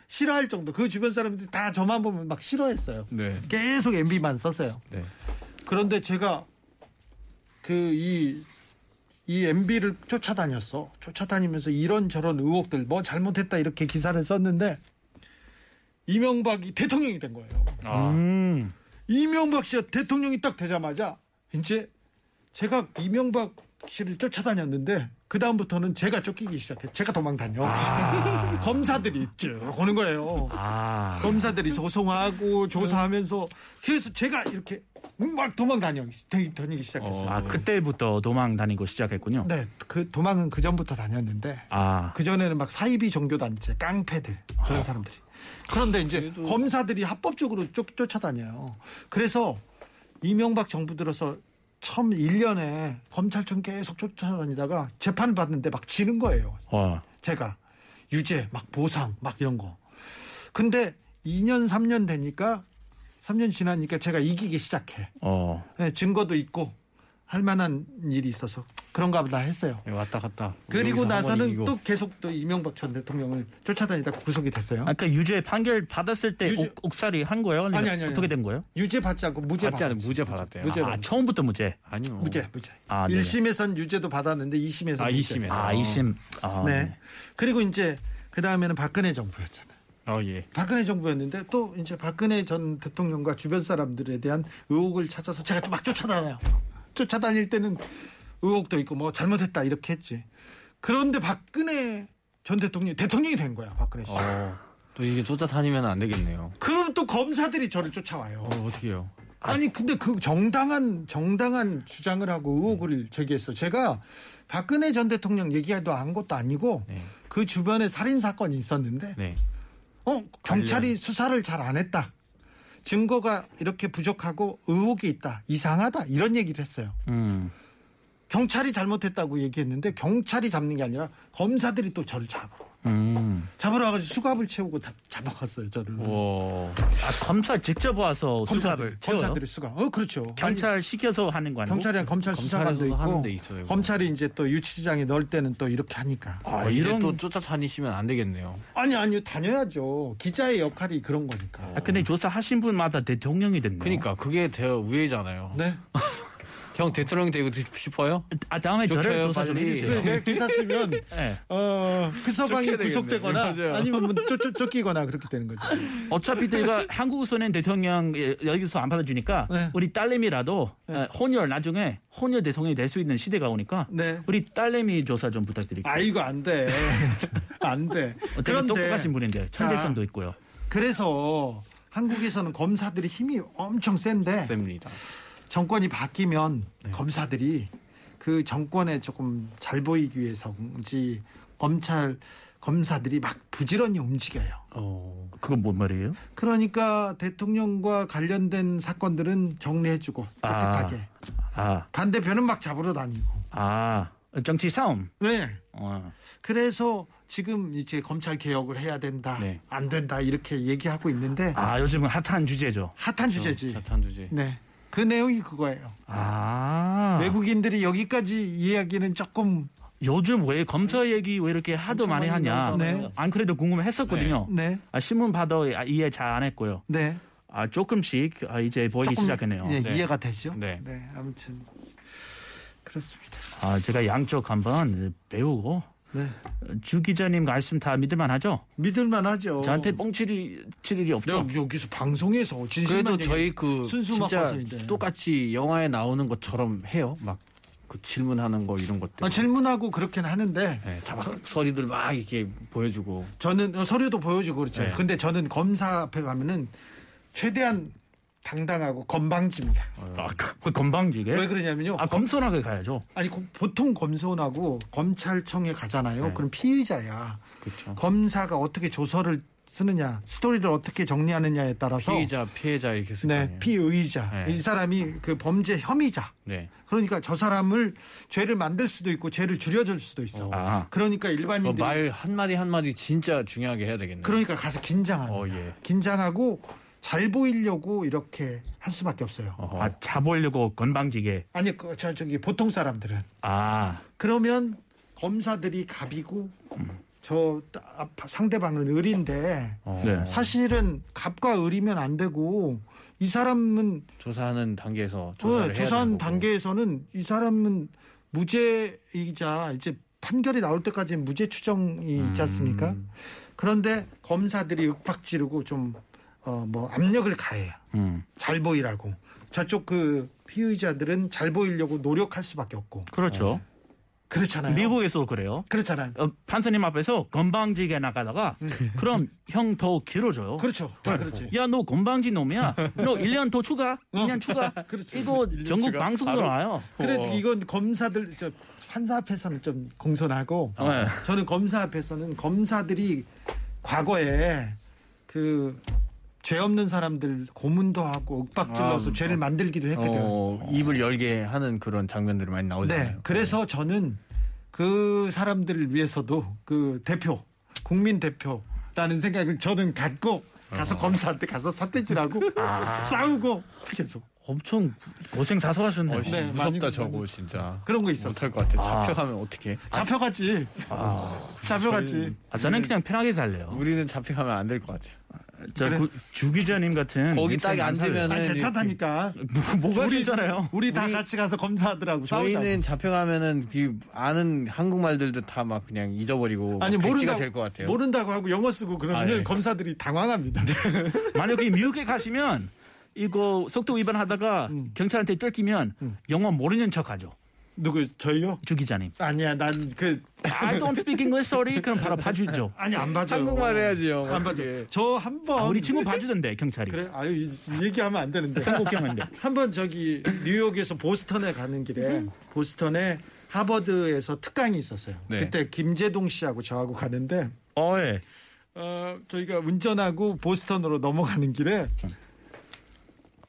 Speaker 4: 싫어할 정도. 그 주변 사람들이 다 저만 보면 막 싫어했어요.
Speaker 7: 네.
Speaker 4: 계속 MB만 썼어요.
Speaker 7: 네.
Speaker 4: 그런데 제가 그 이 이 MB를 쫓아다녔어. 쫓아다니면서 이런저런 의혹들 뭐 잘못했다 이렇게 기사를 썼는데 이명박이 대통령이 된 거예요.
Speaker 6: 음.
Speaker 4: 이명박 씨가 대통령이 딱 되자마자 이제 제가 이명박 씨를 쫓아다녔는데 그 다음부터는 제가 쫓기기 시작해. 제가 도망다녀. 검사들이 쭉 오는 거예요.
Speaker 6: 아
Speaker 4: 검사들이 소송하고 조사하면서 그래서 제가 이렇게 막 도망다녀 다니기 시작했어요.
Speaker 6: 아, 그때부터 도망 다니고 시작했군요.
Speaker 4: 네, 그 도망은 그 전부터 다녔는데
Speaker 6: 아
Speaker 4: 그 전에는 막 사이비 종교 단체 깡패들 그런 사람들이 그런데 이제 검사들이 합법적으로 쫓, 쫓아다녀요. 그래서 이명박 정부 들어서 처음 1년에 검찰청 계속 쫓아다니다가 재판 받는데 막 지는 거예요.
Speaker 6: 어.
Speaker 4: 제가 유죄 막 보상 막 이런 거. 근데 2년 3년 되니까 3년 지나니까 제가 이기기 시작해.
Speaker 6: 어.
Speaker 4: 예, 증거도 있고 할 만한 일이 있어서 그런가 보다 했어요.
Speaker 7: 네, 왔다 갔다.
Speaker 4: 그리고
Speaker 7: 여기서 한번
Speaker 4: 나서는
Speaker 7: 이기고.
Speaker 4: 또 계속 또 이명박 전 대통령을 쫓아다니다 구속이 됐어요.
Speaker 6: 아까 그 유죄 판결 받았을 때
Speaker 4: 유죄-
Speaker 6: 옥, 옥살이 한 거예요? 아니면
Speaker 4: 아니, 아니, 아니.
Speaker 6: 어떻게 된 거예요?
Speaker 4: 유죄 받지 않고 무죄
Speaker 7: 받지 않은
Speaker 4: 받았죠.
Speaker 7: 무죄 받았대요.
Speaker 4: 무죄
Speaker 6: 아
Speaker 4: 받았죠.
Speaker 6: 처음부터 무죄.
Speaker 7: 아니요.
Speaker 4: 무죄, 무죄.
Speaker 6: 아, 네네.
Speaker 4: 1심에선 유죄도 받았는데 2심에서
Speaker 7: 아,
Speaker 4: 무죄.
Speaker 7: 2심에.
Speaker 6: 아 이심. 아,
Speaker 4: 네. 그리고 이제 그 다음에는 박근혜 정부였잖아요.
Speaker 7: 어, 예.
Speaker 4: 박근혜 정부였는데 또 이제 박근혜 전 대통령과 주변 사람들에 대한 의혹을 찾아서 제가 좀 막 쫓아다녀요. 쫓아다닐 때는 의혹도 있고 뭐 잘못했다 이렇게 했지. 그런데 박근혜 전 대통령 대통령이 된 거야 박근혜 씨.
Speaker 8: 어, 또 이게 쫓아다니면 안 되겠네요.
Speaker 4: 그럼 또 검사들이 저를 쫓아와요.
Speaker 8: 어, 어떻게요?
Speaker 4: 아니 근데 그 정당한 정당한 주장을 하고
Speaker 6: 음.
Speaker 4: 의혹을 제기했어. 제가 박근혜 전 대통령 얘기해도 한 것도 아니고
Speaker 8: 네.
Speaker 4: 그 주변에 살인 사건이 있었는데
Speaker 8: 네.
Speaker 4: 어 경찰이 수사를 잘 안 했다. 증거가 이렇게 부족하고 의혹이 있다. 이상하다. 이런 얘기를 했어요.
Speaker 6: 음.
Speaker 4: 경찰이 잘못했다고 얘기했는데 경찰이 잡는 게 아니라 검사들이 또 저를 잡아.
Speaker 6: 음.
Speaker 4: 잡으러 와가지고 수갑을 채우고 다 잡아갔어요 저를.
Speaker 8: 와.
Speaker 6: 아, 검찰 직접 와서 수갑을
Speaker 4: 검사들,
Speaker 6: 채워요?
Speaker 4: 검사들의 수갑. 어 그렇죠.
Speaker 6: 경찰 시켜서 하는 거
Speaker 4: 아니,
Speaker 6: 아니고?
Speaker 4: 경찰이랑 검찰 수사관도
Speaker 8: 검찰에서도 하는
Speaker 4: 있고
Speaker 8: 데 있어요. 이거.
Speaker 4: 검찰이 이제 또 유치장에 넣을 때는 또 이렇게 하니까.
Speaker 6: 아,
Speaker 8: 어, 이제
Speaker 6: 이런
Speaker 8: 또 쫓아다니시면 안 되겠네요.
Speaker 4: 아니 아니요 다녀야죠. 기자의 역할이 그런 거니까.
Speaker 6: 아, 근데 조사하신 분마다 대통령이 됐네요.
Speaker 8: 그러니까 그게 대어 우회잖아요.
Speaker 4: 네.
Speaker 8: 형 대통령 되고 싶어요?
Speaker 6: 아, 다음에 저를
Speaker 8: 좋죠,
Speaker 6: 조사 좀
Speaker 8: 빨리. 네.
Speaker 6: 해주세요.
Speaker 4: 그, 내 기사 쓰면
Speaker 6: 예.
Speaker 4: 어그 서방이
Speaker 8: 쫓겨야
Speaker 4: 구속되거나
Speaker 8: 되겠네. 네. 맞아요.
Speaker 4: 아니면 뭐 쫓, 쫓, 쫓기거나 그렇게 되는 거죠.
Speaker 6: 어차피 내가 한국에서는 대통령 예, 여기서 안 받아주니까
Speaker 4: 네.
Speaker 6: 우리 딸내미라도
Speaker 4: 네.
Speaker 6: 예, 혼혈 나중에 혼혈 대통령이 될 수 있는 시대가 오니까
Speaker 4: 네.
Speaker 6: 우리 딸내미 조사 좀 부탁드릴게요.
Speaker 4: 아이고 안 돼. 안 돼.
Speaker 6: 어, 되게 똑똑하신 분인데 천재성도 있고요.
Speaker 4: 그래서 한국에서는 검사들의 힘이 엄청 센데
Speaker 8: 셉니다.
Speaker 4: 정권이 바뀌면 검사들이 그 정권에 조금 잘 보이기 위해서인지 검찰 검사들이 막 부지런히 움직여요.
Speaker 8: 어.
Speaker 6: 그건 뭔 말이에요?
Speaker 4: 그러니까 대통령과 관련된 사건들은 정리해주고 깨끗하게
Speaker 6: 아,
Speaker 4: 반대편은 막 잡으러 다니고.
Speaker 6: 아, 정치 싸움.
Speaker 4: 네.
Speaker 6: 어.
Speaker 4: 그래서 지금 이제 검찰 개혁을 해야 된다,
Speaker 8: 네.
Speaker 4: 안 된다 이렇게 얘기하고 있는데
Speaker 6: 아, 요즘은 핫한 주제죠.
Speaker 4: 핫한
Speaker 7: 그렇죠.
Speaker 4: 주제지.
Speaker 8: 자탄 주제.
Speaker 4: 네. 그 내용이 그거예요.
Speaker 6: 아,
Speaker 4: 외국인들이 여기까지 이야기는 조금
Speaker 6: 요즘 왜 검사 얘기 왜 이렇게 하도 많이 하냐?
Speaker 4: 네.
Speaker 6: 안 그래도 궁금했었거든요.
Speaker 4: 네.
Speaker 6: 아, 신문 봐도 아, 이해 잘 안 했고요.
Speaker 4: 네.
Speaker 6: 아, 조금씩 아, 이제 보이기
Speaker 4: 조금,
Speaker 6: 시작했네요.
Speaker 4: 예,
Speaker 8: 네.
Speaker 4: 이해가 되죠?
Speaker 8: 네.
Speaker 4: 아무튼 그렇습니다.
Speaker 6: 아, 제가 양쪽 한번 배우고
Speaker 4: 네.
Speaker 6: 주 기자님 말씀 다 믿을만 하죠?
Speaker 4: 믿을 만하죠.
Speaker 6: 저한테 뻥칠 칠 일이 없죠?
Speaker 4: 여기서 방송에서 진실만
Speaker 8: 그래도 저희 그
Speaker 4: 순수
Speaker 8: 진짜
Speaker 4: 막가슴인데.
Speaker 8: 똑같이 영화에 나오는 것처럼 해요. 막 그 질문하는 거 이런 것들.
Speaker 4: 아, 질문하고 그렇긴 하는데
Speaker 8: 네, 다막 서리들 막 이렇게 보여주고.
Speaker 4: 저는 어, 서류도 보여주고 그렇죠.
Speaker 8: 네.
Speaker 4: 근데 저는 검사 앞에 가면은 최대한 당당하고 건방집니다.
Speaker 6: 아, 그 건방지게?
Speaker 4: 왜 그러냐면요.
Speaker 6: 아, 검소하게 가야죠.
Speaker 4: 아니 고- 보통 검사원하고 검찰청에 가잖아요.
Speaker 6: 네.
Speaker 4: 그럼 피의자야.
Speaker 8: 그렇죠.
Speaker 4: 검사가 어떻게 조서를 쓰느냐, 스토리를 어떻게 정리하느냐에 따라서
Speaker 8: 피의자 피해자 이렇게 쓸거
Speaker 4: 네,
Speaker 8: 아니에요.
Speaker 4: 피의자.
Speaker 8: 네.
Speaker 4: 이 사람이 그 범죄 혐의자.
Speaker 8: 네.
Speaker 4: 그러니까 저 사람을 죄를 만들 수도 있고 죄를 줄여줄 수도 있어.
Speaker 6: 아.
Speaker 4: 그러니까 일반인들이
Speaker 8: 말한 마디 한 마디 진짜 중요하게 해야 되겠네요.
Speaker 4: 그러니까 가서 긴장하는
Speaker 8: 어,
Speaker 4: 거야.
Speaker 8: 예.
Speaker 4: 긴장하고 잘 보이려고 이렇게 할 수밖에 없어요.
Speaker 6: 아, 잡으려고 건방지게.
Speaker 4: 아니 그, 저 저기 보통 사람들은
Speaker 6: 아,
Speaker 4: 그러면 검사들이 갑이고
Speaker 8: 음.
Speaker 4: 저 앞- 상대방은 을인데
Speaker 8: 어.
Speaker 6: 네.
Speaker 4: 사실은 갑과 을이면 안 되고 이 사람은
Speaker 8: 조사하는 단계에서 조사를
Speaker 4: 어,
Speaker 8: 해야 되는
Speaker 4: 조사한
Speaker 8: 거고.
Speaker 4: 단계에서는 이 사람은 무죄이자 이제 판결이 나올 때까지 는 무죄 추정이 있지 않습니까?
Speaker 8: 음.
Speaker 4: 그런데 검사들이 윽박 지르고 좀 어 뭐 압력을 가해요.
Speaker 6: 음.
Speaker 4: 잘 보이라고. 저쪽 그 피의자들은 잘 보이려고 노력할 수밖에 없고.
Speaker 6: 그렇죠.
Speaker 4: 그렇잖아요.
Speaker 6: 어. 미국에서 그래요.
Speaker 4: 그렇잖아요.
Speaker 6: 어, 판사님 앞에서 건방지게 나가다가 그럼 형 더 길어져요.
Speaker 4: 그렇죠. 다
Speaker 8: 네.
Speaker 4: 그렇지.
Speaker 6: 야, 너 건방진 놈이야. 너 1년 더 추가. 2년 추가.
Speaker 4: 그렇지.
Speaker 6: 이거 전국 방송도 나와요.
Speaker 8: 어,
Speaker 4: 그래도 이건 검사들 저 판사 앞에서는 좀 공손하고
Speaker 8: 어.
Speaker 6: 네.
Speaker 4: 저는 검사 앞에서는 검사들이 과거에 그 죄 없는 사람들 고문도 하고 윽박질러서
Speaker 8: 아,
Speaker 4: 죄를 만들기도 했거든요.
Speaker 8: 어, 입을 열게 하는 그런 장면들이 많이 나오잖아요.
Speaker 4: 네. 그래서 저는 그 사람들을 위해서도 그 대표, 국민 대표라는 생각을 저는 갖고
Speaker 8: 어.
Speaker 4: 가서 검사한테 가서 사태질하고
Speaker 8: 아.
Speaker 4: 싸우고 계속
Speaker 6: 엄청 고생 사서하셨네요.
Speaker 8: 어, 씨,
Speaker 4: 네, 많이
Speaker 8: 무섭다 저거
Speaker 4: 궁금해.
Speaker 8: 진짜.
Speaker 4: 그런 거 있었어.
Speaker 8: 못할 것 같아. 잡혀가면 어떻게?
Speaker 4: 잡혀갔지.
Speaker 8: 아.
Speaker 4: 잡혀갔지.
Speaker 6: 아, 저는 그냥 편하게 살래요.
Speaker 8: 우리는 잡혀가면 안 될 것 같아.
Speaker 6: 저
Speaker 4: 그래.
Speaker 6: 그, 주기자님 같은
Speaker 8: 거기
Speaker 6: 인생
Speaker 8: 딱
Speaker 6: 안 살래요.
Speaker 8: 앉으면은
Speaker 4: 아니, 괜찮다니까.
Speaker 6: 뭐, 뭐가 괜찮아요?
Speaker 4: 우리 다
Speaker 8: 우리-
Speaker 4: 같이 가서 검사하더라고. 싸우자고.
Speaker 8: 저희는 잡혀가면은 그 아는 한국말들도 다 막 그냥 잊어버리고 뭐
Speaker 4: 아니
Speaker 8: 백지가
Speaker 4: 모른다고
Speaker 8: 될 것 같아요.
Speaker 4: 모른다고 하고 영어 쓰고 그러면
Speaker 8: 아, 예. 네.
Speaker 4: 검사들이 당황합니다.
Speaker 6: 만약에 미국에
Speaker 4: 음.
Speaker 6: 가시면 이거 속도 위반하다가 경찰한테 뚫기면 영어 모르는 척하죠.
Speaker 4: 누구 저희요?
Speaker 6: 주 기자님.
Speaker 4: 아니야 난 그
Speaker 6: I don't speak English, sorry. 그럼 바로 봐주죠.
Speaker 4: 아니 안 봐줘요.
Speaker 7: 한국말 해야지 형.
Speaker 4: 안 봐줘.
Speaker 8: 예.
Speaker 7: 어떻게.
Speaker 4: 저 한번
Speaker 6: 아, 우리 친구 봐주던데
Speaker 4: 음.
Speaker 6: 경찰이.
Speaker 4: 그래 아유 이- 이 얘기하면 안 되는데.
Speaker 6: 한국 경인데.
Speaker 4: 한번 저기 뉴욕에서 보스턴에 가는
Speaker 6: 음.
Speaker 4: 길에 보스턴에 하버드에서 특강이 있었어요.
Speaker 7: 네.
Speaker 4: 그때 김재동 씨하고 저하고 가는데
Speaker 6: 어, 예.
Speaker 4: 어, 저희가 운전하고 보스턴으로 넘어가는 길에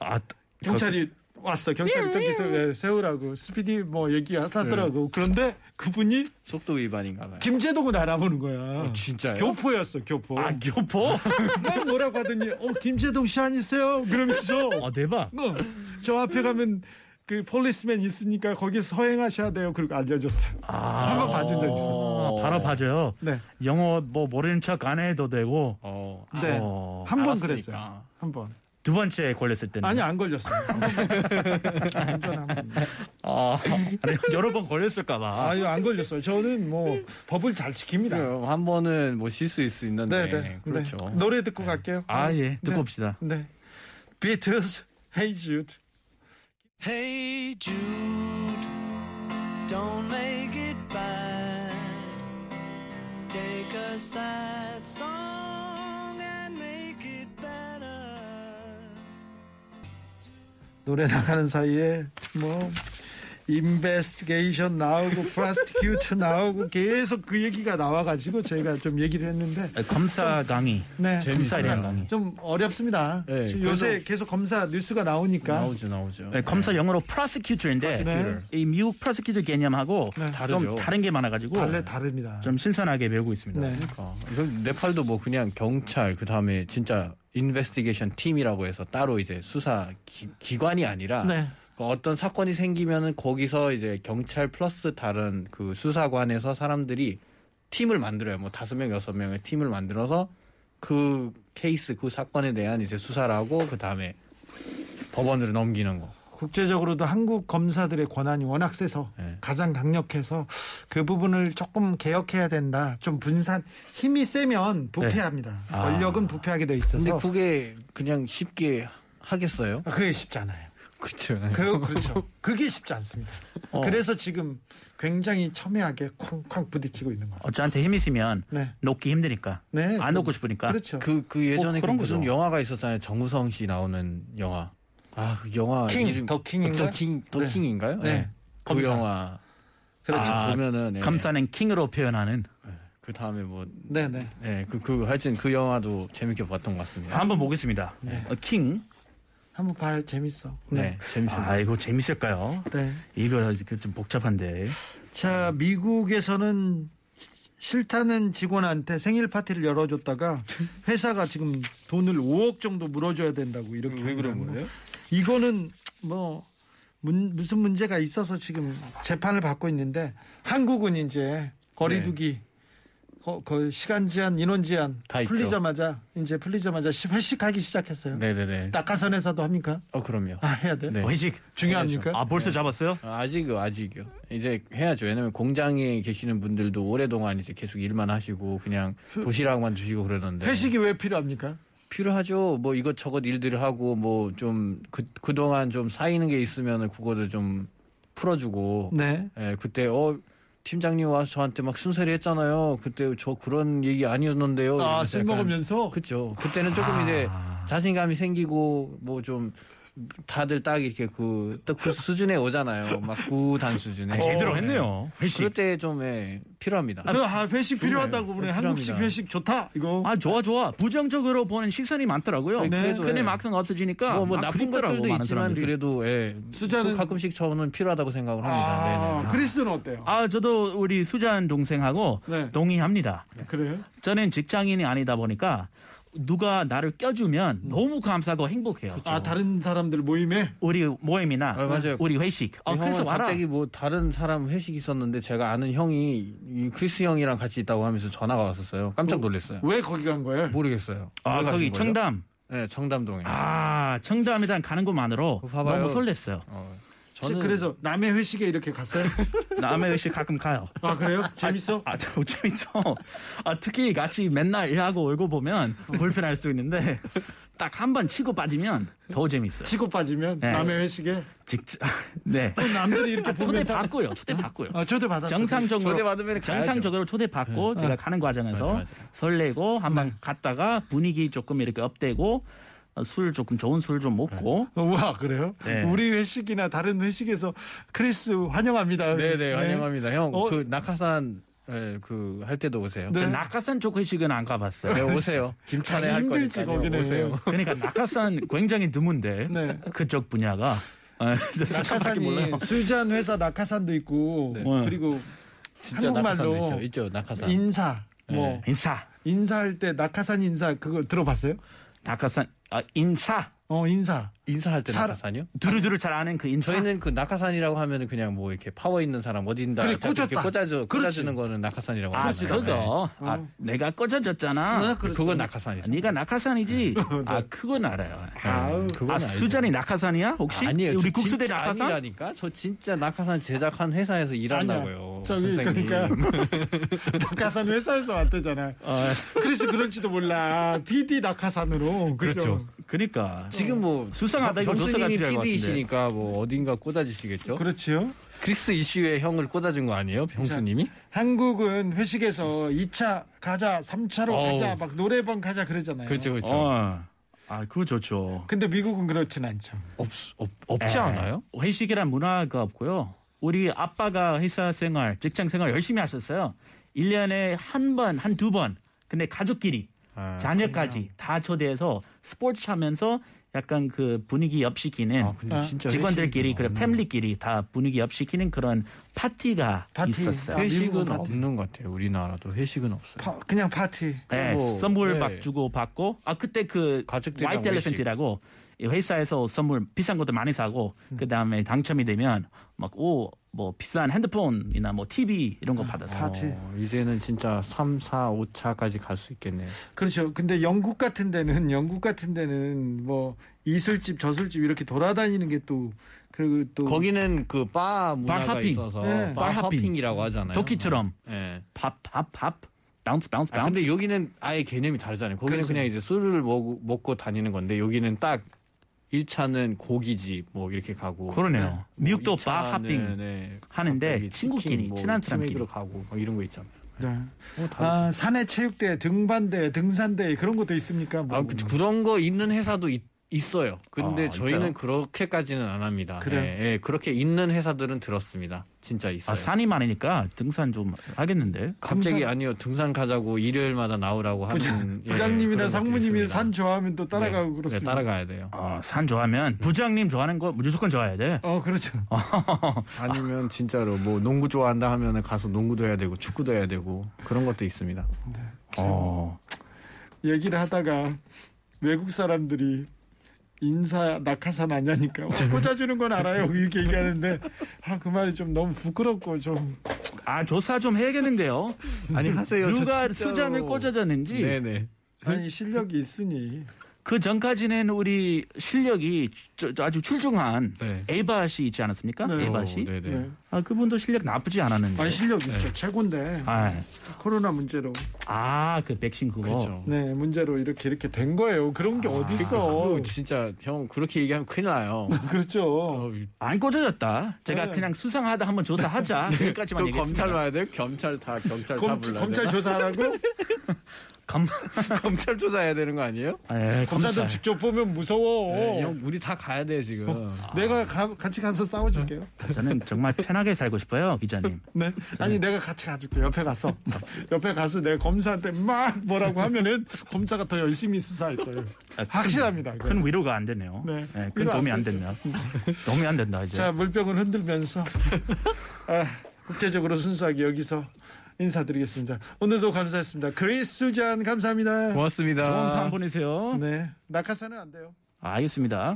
Speaker 6: 아,
Speaker 4: 경찰이 왔어.
Speaker 7: 네,
Speaker 4: 경찰이 저기서 예, 세우라고 스피디 뭐 얘기하더라고. 그런데 그분이
Speaker 8: 속도 위반인가 봐요.
Speaker 4: 김재동을 알아보는 거야.
Speaker 7: 어, 진짜요?
Speaker 4: 교포였어, 교포.
Speaker 6: 아, 교포?
Speaker 4: 막 뭐라고 하더니 어 김재동 씨 아니세요? 그러면서
Speaker 6: 아, 대박.
Speaker 4: 어, 저 앞에 가면 그 폴리스맨 있으니까 거기 서행하셔야 돼요. 그리고 알려줬어요.
Speaker 6: 아,
Speaker 4: 한번 봐준 적 있어.
Speaker 6: 아, 바로 봐줘요.
Speaker 4: 네,
Speaker 6: 영어 뭐 모르는 척 안 해도 되고.
Speaker 7: 어.
Speaker 4: 네,
Speaker 6: 어,
Speaker 4: 한 번
Speaker 7: 알았으니까.
Speaker 4: 그랬어요. 한 번.
Speaker 6: 두 번째 걸렸을 때는.
Speaker 4: 아니 안 걸렸어요. 운전 한 번.
Speaker 6: 아, 아니, 여러 번 걸렸을까봐.
Speaker 4: 아유 안 걸렸어요. 저는 뭐 법을 잘 지킵니다.
Speaker 7: 그래요. 한 번은 뭐 실수일 수 있는데
Speaker 4: 네, 네,
Speaker 7: 그렇죠.
Speaker 4: 네. 노래 듣고 갈게요.
Speaker 6: 아, 예. 듣고
Speaker 4: 네.
Speaker 6: 봅시다.
Speaker 4: 네, 비트스 헤이 주드.
Speaker 2: Hey Jude, don't make it bad. Take a sad song and make it better.
Speaker 4: 노래 나가는 사이에 뭐 인베스티게이션 나오고 프라스티큐트 나오고 계속 그 얘기가 나와가지고 저희가 좀 얘기를 했는데
Speaker 6: 아, 검사 강의.
Speaker 4: 네.
Speaker 6: 검사에 대한 강의.
Speaker 4: 좀 어렵습니다.
Speaker 7: 네,
Speaker 4: 지금 요새 계속 검사 뉴스가 나오니까
Speaker 7: 나오죠, 나오죠.
Speaker 6: 네, 검사 영어로 prosecutor인데
Speaker 4: 네.
Speaker 6: 이 미국 prosecutor 개념하고 좀
Speaker 7: 다르죠.
Speaker 6: 다른 게 많아가지고
Speaker 4: 달래 다릅니다.
Speaker 6: 좀 신선하게 배우고 있습니다.
Speaker 4: 네.
Speaker 7: 어,
Speaker 8: 그러니까.
Speaker 7: 이건 네팔도 뭐 그냥 경찰 그 다음에 진짜 인베스티게이션 팀이라고 해서 따로 이제 수사 기, 관이 아니라
Speaker 4: 네.
Speaker 7: 그 어떤 사건이 생기면은 거기서 이제 경찰 플러스 다른 그 수사관에서 사람들이 팀을 만들어요. 뭐 다섯 명 여섯 명의 팀을 만들어서 그 케이스 그 사건에 대한 이제 수사를 하고 그 다음에 법원으로 넘기는 거.
Speaker 4: 국제적으로도 한국 검사들의 권한이 워낙 세서
Speaker 7: 네.
Speaker 4: 가장 강력해서 그 부분을 조금 개혁해야 된다. 좀 분산 힘이 세면 부패합니다.
Speaker 6: 아.
Speaker 4: 권력은 부패하게 돼
Speaker 7: 근데
Speaker 4: 있어서
Speaker 7: 그게 그냥 쉽게 하겠어요?
Speaker 4: 아, 그게 쉽잖아요.
Speaker 7: 그렇죠.
Speaker 4: 그, 그렇죠. 그게 쉽지 않습니다.
Speaker 6: 어.
Speaker 4: 그래서 지금 굉장히 첨예하게 쾅쾅 부딪히고 있는 거죠.
Speaker 6: 어차한테 힘이 있으면
Speaker 4: 네.
Speaker 6: 놓기 힘드니까
Speaker 4: 네.
Speaker 6: 안 놓고 싶으니까
Speaker 4: 그렇죠.
Speaker 7: 그, 그
Speaker 6: 어,
Speaker 7: 예전에 그
Speaker 6: 그러니까 그런
Speaker 7: 무슨
Speaker 6: 거죠.
Speaker 7: 영화가 있었잖아요. 정우성 씨 나오는 영화. 아, 그 영화
Speaker 4: 킹,
Speaker 7: 이름
Speaker 4: 더 킹인가요?
Speaker 7: 더 킹, 더
Speaker 4: 네.
Speaker 7: 킹인가요?
Speaker 4: 네.
Speaker 7: 그
Speaker 4: 검사.
Speaker 7: 영화.
Speaker 4: 그렇죠.
Speaker 6: 아,
Speaker 7: 보면은 네.
Speaker 6: 감사는 킹으로 표현하는
Speaker 7: 그 다음에 뭐
Speaker 4: 네, 네.
Speaker 7: 네, 그, 그, 하여튼 그 영화도 재밌게 봤던 것 같습니다.
Speaker 4: 아,
Speaker 6: 한번 보겠습니다.
Speaker 4: 네.
Speaker 6: 어, 킹.
Speaker 4: 한번 봐요. 재밌어.
Speaker 7: 네, 재밌습니다.
Speaker 6: 아 이거 재밌을까요?
Speaker 4: 네.
Speaker 6: 이거 이거 좀 복잡한데.
Speaker 4: 자, 미국에서는 싫다는 직원한테 생일 파티를 열어줬다가 회사가 지금 돈을 5억 정도 물어줘야 된다고 이렇게 왜 아, 그런 거예요? 이거는 뭐 문- 무슨 문제가 있어서 지금 재판을 받고 있는데 한국은 이제 거리두기 거, 거 시간 제한 인원 제한
Speaker 7: 다 있죠.
Speaker 4: 풀리자마자 이제 풀리자마자 시- 회식하기 시작했어요.
Speaker 7: 네네네.
Speaker 4: 낙하산 회사도 합니까?
Speaker 7: 어, 그럼요.
Speaker 4: 아 해야 돼.
Speaker 7: 네.
Speaker 6: 어, 회식.
Speaker 4: 중요합니까?
Speaker 6: 아 벌써 잡았어요?
Speaker 7: 아, 아직요, 아직요. 이제 해야죠. 왜냐면 공장에 계시는 분들도 오랫동안 이제 계속 일만 하시고 그냥 도시락만 주시고 그러는데.
Speaker 4: 회식이 왜 필요합니까?
Speaker 7: 필요하죠. 뭐 이것저것 일들을 하고 뭐 좀 그 그동안 좀 쌓이는 게 있으면은 그거를 좀 풀어주고
Speaker 4: 네.
Speaker 7: 예, 그때 어 팀장님 와서 저한테 막 순서리 했잖아요. 그때 저 그런 얘기
Speaker 4: 아,
Speaker 7: 아니었는데요. 이러면서
Speaker 4: 술
Speaker 7: 어, 약간
Speaker 4: 먹으면서
Speaker 7: 그렇죠. 그때는 조금 이제
Speaker 6: 아.
Speaker 7: 자신감이 생기고 뭐 좀 다들 딱 이렇게 그딱그 수준에 오잖아요. 막 구단 수준에. 어,
Speaker 6: 아, 제대로 했네요. 회식.
Speaker 7: 그럴 때좀 예, 필요합니다.
Speaker 4: 아, 아, 회식 필요하다고 그래.
Speaker 7: 필요합니다.
Speaker 4: 한국식 회식 좋다. 이거.
Speaker 6: 아 좋아 좋아 부정적으로 보는 시선이 많더라고요.
Speaker 7: 네,
Speaker 6: 근데
Speaker 7: 그래도, 예.
Speaker 6: 막상 없어지니까
Speaker 7: 뭐, 뭐
Speaker 6: 아,
Speaker 7: 나쁜
Speaker 6: 그립더라고,
Speaker 7: 것들도
Speaker 6: 많은
Speaker 7: 있지만
Speaker 6: 사람들이.
Speaker 7: 그래도 예,
Speaker 4: 수잔은-
Speaker 7: 가끔씩 저는 필요하다고 생각을 합니다.
Speaker 4: 아,
Speaker 7: 네네.
Speaker 4: 크리스는 어때요?
Speaker 6: 아 저도 우리 수잔 동생하고
Speaker 4: 네.
Speaker 6: 동의합니다.
Speaker 4: 그래요?
Speaker 6: 저는 직장인이 아니다 보니까 누가 나를 껴주면
Speaker 7: 음.
Speaker 6: 너무 감사하고 행복해요.
Speaker 4: 아, 다른 사람들 모임에
Speaker 6: 우리 모임이나
Speaker 7: 그렇죠. 아, 맞아요.
Speaker 6: 우리 회식. 어,
Speaker 7: 이 형은
Speaker 6: 그래서 와라.
Speaker 7: 갑자기 뭐 다른 사람 회식 있었는데 제가 아는 형이 이 크리스 형이랑 같이 있다고 하면서 전화가 왔었어요. 깜짝 놀랐어요.
Speaker 4: 왜 거기 간 거예요?
Speaker 7: 모르겠어요.
Speaker 6: 아
Speaker 7: 왜
Speaker 6: 거기
Speaker 7: 가신 거예요?
Speaker 6: 청담.
Speaker 7: 네, 청담동에.
Speaker 6: 아 청담에 대한 가는 것만으로
Speaker 7: 그거 봐봐요.
Speaker 6: 너무 설렜어요.
Speaker 7: 어,
Speaker 4: 혹시 그래서 남의 회식에 이렇게 갔어요?
Speaker 6: 남의 회식 가끔 가요.
Speaker 4: 아, 그래요? 재밌어?
Speaker 6: 아, 저 재밌죠. 아, 특히 같이 맨날 일하고 울고 보면 불편할 수 있는데 딱 한 번 치고 빠지면 더 재밌어요.
Speaker 4: 치고 빠지면
Speaker 6: 네.
Speaker 4: 남의 회식에
Speaker 6: 직접 네.
Speaker 4: 또 남들이 이렇게 보면
Speaker 6: 초대
Speaker 4: 다-
Speaker 6: 받고요. 초대 받고요.
Speaker 4: 아, 저도 받았어요.
Speaker 6: 정상적으로
Speaker 8: 초대받으면 가야죠.
Speaker 6: 정상적으로
Speaker 4: 네.
Speaker 6: 초대받고 제가 가는 과정에서 설레고 한번 갔다가 분위기 조금 이렇게 업되고 어, 술 조금 좋은 술 좀 먹고
Speaker 4: 어, 우와 그래요?
Speaker 6: 네.
Speaker 4: 우리 회식이나 다른 회식에서 크리스 환영합니다.
Speaker 7: 네네 환영합니다 형
Speaker 4: 어.
Speaker 7: 그 낙하산 그 할 때도 오세요
Speaker 4: 네.
Speaker 6: 저 낙하산 쪽 회식은 안 가봤어요.
Speaker 7: 네, 오세요 김찬에
Speaker 4: 아니,
Speaker 7: 할
Speaker 4: 힘들지,
Speaker 7: 거니까
Speaker 4: 거기는.
Speaker 7: 오세요
Speaker 6: 그러니까 낙하산 굉장히 드문데
Speaker 4: 네.
Speaker 6: 그쪽 분야가 아, 저 수천밖에 몰라요.
Speaker 4: 낙하산이 수잔 회사 낙하산도 있고
Speaker 7: 네.
Speaker 4: 그리고
Speaker 7: 진짜
Speaker 4: 한국말로
Speaker 7: 낙하산도 있죠 있죠 낙하산
Speaker 4: 인사
Speaker 6: 네.
Speaker 4: 뭐
Speaker 6: 인사
Speaker 4: 인사할 때 낙하산 인사 그거 들어봤어요?
Speaker 6: 낙하산 아, 인사
Speaker 4: 어 인사
Speaker 7: 인사할 때
Speaker 4: 사람-
Speaker 7: 낙하산이요
Speaker 6: 두루두루 잘 아는 그 인사
Speaker 7: 저희는 그 낙하산이라고 하면은 그냥 뭐 이렇게 파워 있는 사람 어딘다
Speaker 4: 그래,
Speaker 7: 이렇게
Speaker 4: 꽂았다.
Speaker 7: 꽂아줘
Speaker 4: 그렇지.
Speaker 7: 꽂아주는 거는 낙하산이라고
Speaker 6: 아
Speaker 7: 하잖아요.
Speaker 6: 그거 아,
Speaker 4: 어.
Speaker 6: 내가 꽂아줬잖아.
Speaker 7: 네. 그건 낙하산이죠
Speaker 6: 네가 낙하산이지. 아 그건 알아요.
Speaker 4: 아우
Speaker 6: 아
Speaker 7: 그건 알죠.
Speaker 6: 수잔이 낙하산이야? 혹시
Speaker 7: 아니에요.
Speaker 6: 우리
Speaker 7: 저
Speaker 6: 국수대
Speaker 7: 진짜
Speaker 6: 낙하산?
Speaker 7: 아니라니까. 저 진짜 낙하산 제작한 회사에서 일한다고요.
Speaker 4: 저기
Speaker 7: 선생님.
Speaker 4: 그러니까 낙하산 회사에서 왔대잖아요.
Speaker 7: 예.
Speaker 4: 그래서 그런지도 몰라 PD 낙하산으로 그죠?
Speaker 7: 그렇죠.
Speaker 6: 그러니까
Speaker 7: 지금 뭐
Speaker 6: 수상하다 이거 조사가
Speaker 7: 형수님이
Speaker 6: 필요할 것
Speaker 7: PD이시니까 뭐 어딘가 꽂아주시겠죠.
Speaker 4: 그렇지요.
Speaker 7: 크리스 이슈의 형을 꽂아준 거 아니에요, 형수님이?
Speaker 4: 한국은 회식에서 2차 가자, 3차로
Speaker 7: 어우.
Speaker 4: 가자, 막 노래방 가자 그러잖아요.
Speaker 7: 그렇죠, 그렇죠.
Speaker 6: 네. 어. 아 그거 좋죠.
Speaker 4: 근데 미국은 그렇진 않죠.
Speaker 7: 없, 없 없지
Speaker 6: 에,
Speaker 7: 않아요?
Speaker 6: 회식이란 문화가 없고요. 우리 아빠가 회사 생활, 직장 생활 열심히 하셨어요. 1년에 한 번, 한 두 번. 근데 가족끼리,
Speaker 7: 아,
Speaker 6: 자녀까지 다 초대해서 스포츠 하면서 약간 그 분위기
Speaker 7: 아,
Speaker 6: 업시키는
Speaker 7: 근데
Speaker 4: 아,
Speaker 7: 진짜 음.
Speaker 6: 직원들끼리, 그래
Speaker 7: 회식은
Speaker 6: 패밀리끼리 다 분위기 업시키는 그런 파티가
Speaker 4: 파티.
Speaker 6: 있었어요.
Speaker 7: 없는- 회식은
Speaker 4: 미국은 같아.
Speaker 7: 없는 것 같아요. 우리나라도 회식은 없어요.
Speaker 4: 파- 그냥 파티.
Speaker 6: 네,
Speaker 7: 그리고-
Speaker 6: 선물
Speaker 7: 네.
Speaker 6: 막 주고 받고 아 그때 그
Speaker 7: 가족들이랑
Speaker 6: 화이트
Speaker 7: 외식.
Speaker 6: 엘리펀트라고 이 회사에서 선물 비싼 것도 많이 사고 그 다음에 당첨이 되면 막 오 뭐 비싼 핸드폰이나 뭐 TV 이런 거 받았어요.
Speaker 4: 파티.
Speaker 7: 어, 이제는 진짜 3, 4, 5차까지 갈 수 있겠네요.
Speaker 4: 그렇죠. 근데 영국 같은 데는 영국 같은 데는 뭐 이술집, 저술집 이렇게 돌아다니는 게 또 그리고 또
Speaker 7: 거기는 그 바 문화가
Speaker 6: 바 하핑.
Speaker 7: 있어서
Speaker 4: 네.
Speaker 7: 바
Speaker 6: 바 하핑.
Speaker 7: 하핑이라고 하잖아요.
Speaker 6: 도끼처럼
Speaker 7: 예. 네.
Speaker 6: 밥 밥 밥 바운스 바운스
Speaker 7: 아,
Speaker 6: 바운스.
Speaker 7: 근데 여기는 아예 개념이 다르잖아요. 거기는
Speaker 4: 그렇죠.
Speaker 7: 그냥 이제 술을 먹, 먹고 다니는 건데 여기는 딱 1차는 고기집 뭐 이렇게 가고 뭐
Speaker 6: 그러네요. 미국도 바
Speaker 7: 네,
Speaker 6: 하핑 하는데 친구끼리,
Speaker 7: 뭐
Speaker 6: 친한 사람끼리.
Speaker 7: 로 가고 막 이런 거 있잖아요.
Speaker 4: 네.
Speaker 7: 어, 다르죠.
Speaker 4: 아, 산해 체육대, 등반대, 등산대 그런 것도 있습니까? 뭐.
Speaker 7: 아, 그, 런거 있는 회사도 있, 어요 근데
Speaker 6: 아,
Speaker 7: 저희는
Speaker 6: 있어요?
Speaker 7: 그렇게까지는 안 합니다.
Speaker 4: 그래요?
Speaker 7: 예, 예, 그렇게 있는 회사들은 들었습니다. 진짜 있어요.
Speaker 6: 아, 산이 많으니까 등산 좀 하겠는데.
Speaker 7: 갑자기
Speaker 4: 등산-
Speaker 7: 아니요 등산 가자고 일요일마다 나오라고 하는 예,
Speaker 4: 부장님이나
Speaker 7: 그런 것도
Speaker 4: 상무님이
Speaker 7: 있습니다.
Speaker 4: 산 좋아하면 또 따라가고
Speaker 7: 네,
Speaker 4: 그렇습니다.
Speaker 7: 네, 따라가야 돼요.
Speaker 6: 아, 산
Speaker 7: 음.
Speaker 6: 좋아하면 부장님 좋아하는 거 무조건 좋아해야 돼.
Speaker 4: 어, 그렇죠.
Speaker 7: 아니면 진짜로 뭐 농구 좋아한다 하면은 가서 농구도 해야 되고 축구도 해야 되고 그런 것도 있습니다.
Speaker 6: 어.
Speaker 4: 얘기를 하다가 외국 사람들이 인사 낙하산 아냐니까 어,
Speaker 7: 네.
Speaker 4: 꽂아주는 건 알아요 이렇게 얘기하는데 아 그 말이 좀 너무 부끄럽고 좀
Speaker 7: 네.
Speaker 6: 아 조사 좀 해야겠는데요.
Speaker 7: 아니 하세요.
Speaker 6: 누가 수잔을 꽂아줬는지
Speaker 7: 네네.
Speaker 4: 아니 실력이 있으니
Speaker 6: 그 전까지는 우리 실력이 저- 저 아주 출중한
Speaker 7: 네.
Speaker 6: 에바 씨 있지 않았습니까?
Speaker 4: 네.
Speaker 6: 에바 씨.
Speaker 7: 어, 네네. 네.
Speaker 4: 네.
Speaker 6: 아, 그분도 실력 나쁘지 않았는데.
Speaker 4: 아니 실력 있죠 최고인데
Speaker 6: 아,
Speaker 4: 코로나 문제로
Speaker 6: 아, 그 백신 그거.
Speaker 7: 그렇죠.
Speaker 4: 네 문제로 이렇게 이렇게 된 거예요 그런 게 어딨어
Speaker 7: 어, 진짜 어, 형 그렇게 얘기하면 큰일 나요.
Speaker 4: 그렇죠
Speaker 6: 안 꽂아졌다. 제가
Speaker 4: 네.
Speaker 6: 그냥 수상하다 한번 조사하자. 여기까지만
Speaker 7: 또 검찰
Speaker 6: 얘기했습니다.
Speaker 7: 와야 돼요? 검찰 다 경찰 다
Speaker 4: 검,
Speaker 7: 불러야
Speaker 4: 검찰
Speaker 7: 돼요?
Speaker 4: 조사하라고
Speaker 6: 검,
Speaker 7: 검찰 조사해야 되는 거 아니에요?
Speaker 4: 검사들
Speaker 6: 에, 검찰.
Speaker 4: 직접 보면 무서워
Speaker 7: 네, 형 우리 다 가야 돼 지금.
Speaker 4: 내가 가- 같이 가서 싸워줄게요
Speaker 6: 저는 정말 편하게 살고 싶어요, 기자님.
Speaker 4: 네. 아니 내가 같이 가줄게 옆에 가서 옆에 가서 내가 검사한테 막 뭐라고 하면은 검사가 더 열심히 수사할 거예요. 확실합니다. 이거.
Speaker 6: 아, 큰 위로가 안 되네요.
Speaker 4: 네.
Speaker 6: 예, 큰
Speaker 4: 위로
Speaker 6: 도움이
Speaker 4: 안
Speaker 6: 안
Speaker 4: 되죠.
Speaker 6: 된다. 도움이 안 된다 이제.
Speaker 4: 자 물병을 흔들면서 아, 국제적으로 순수하게 여기서 인사드리겠습니다. 오늘도 감사했습니다. 그리스 수잔 감사합니다.
Speaker 7: 고맙습니다.
Speaker 6: 좋은 밤 보내세요.
Speaker 4: 네. 낙하산은 안 돼요.
Speaker 6: 아, 알겠습니다.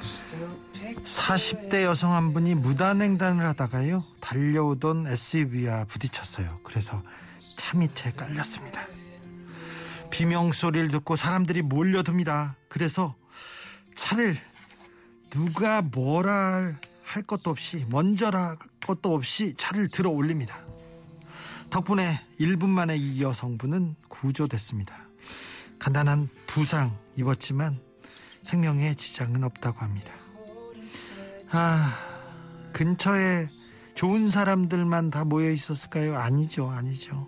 Speaker 2: Still picture
Speaker 4: 40대 여성 한 분이 무단횡단을 하다가요 달려오던 SUV와 부딪혔어요 그래서 차 밑에 깔렸습니다 비명 소리를 듣고 사람들이 몰려듭니다 그래서 차를 누가 뭐라 할 것도 없이 먼저라 할 것도 없이 차를 들어 올립니다
Speaker 9: 덕분에 1분 만에 이 여성분은 구조됐습니다. 간단한 부상 입었지만 생명에 지장은 없다고 합니다. 아, 근처에 좋은 사람들만 다 모여 있었을까요? 아니죠, 아니죠.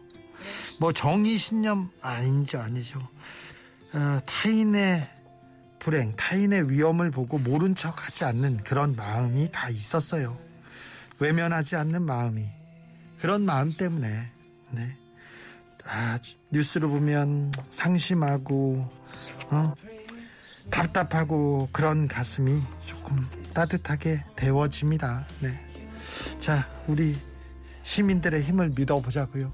Speaker 9: 뭐 정의 신념 아니죠, 아니죠. 아, 타인의 불행, 타인의 위험을 보고 모른 척하지 않는 그런 마음이 다 있었어요. 외면하지 않는 마음이 그런 마음 때문에 네. 아, 뉴스를 보면 상심하고 어? 답답하고 그런 가슴이 조금 따뜻하게 데워집니다. 네. 자, 우리 시민들의 힘을 믿어보자고요.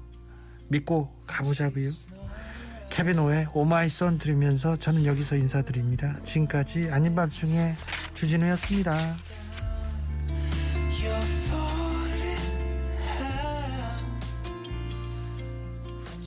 Speaker 9: 믿고 가보자고요. 케비노의 오마이선 들으면서 저는 여기서 인사드립니다. 지금까지 아닌 밤중에 주진우였습니다.
Speaker 10: Your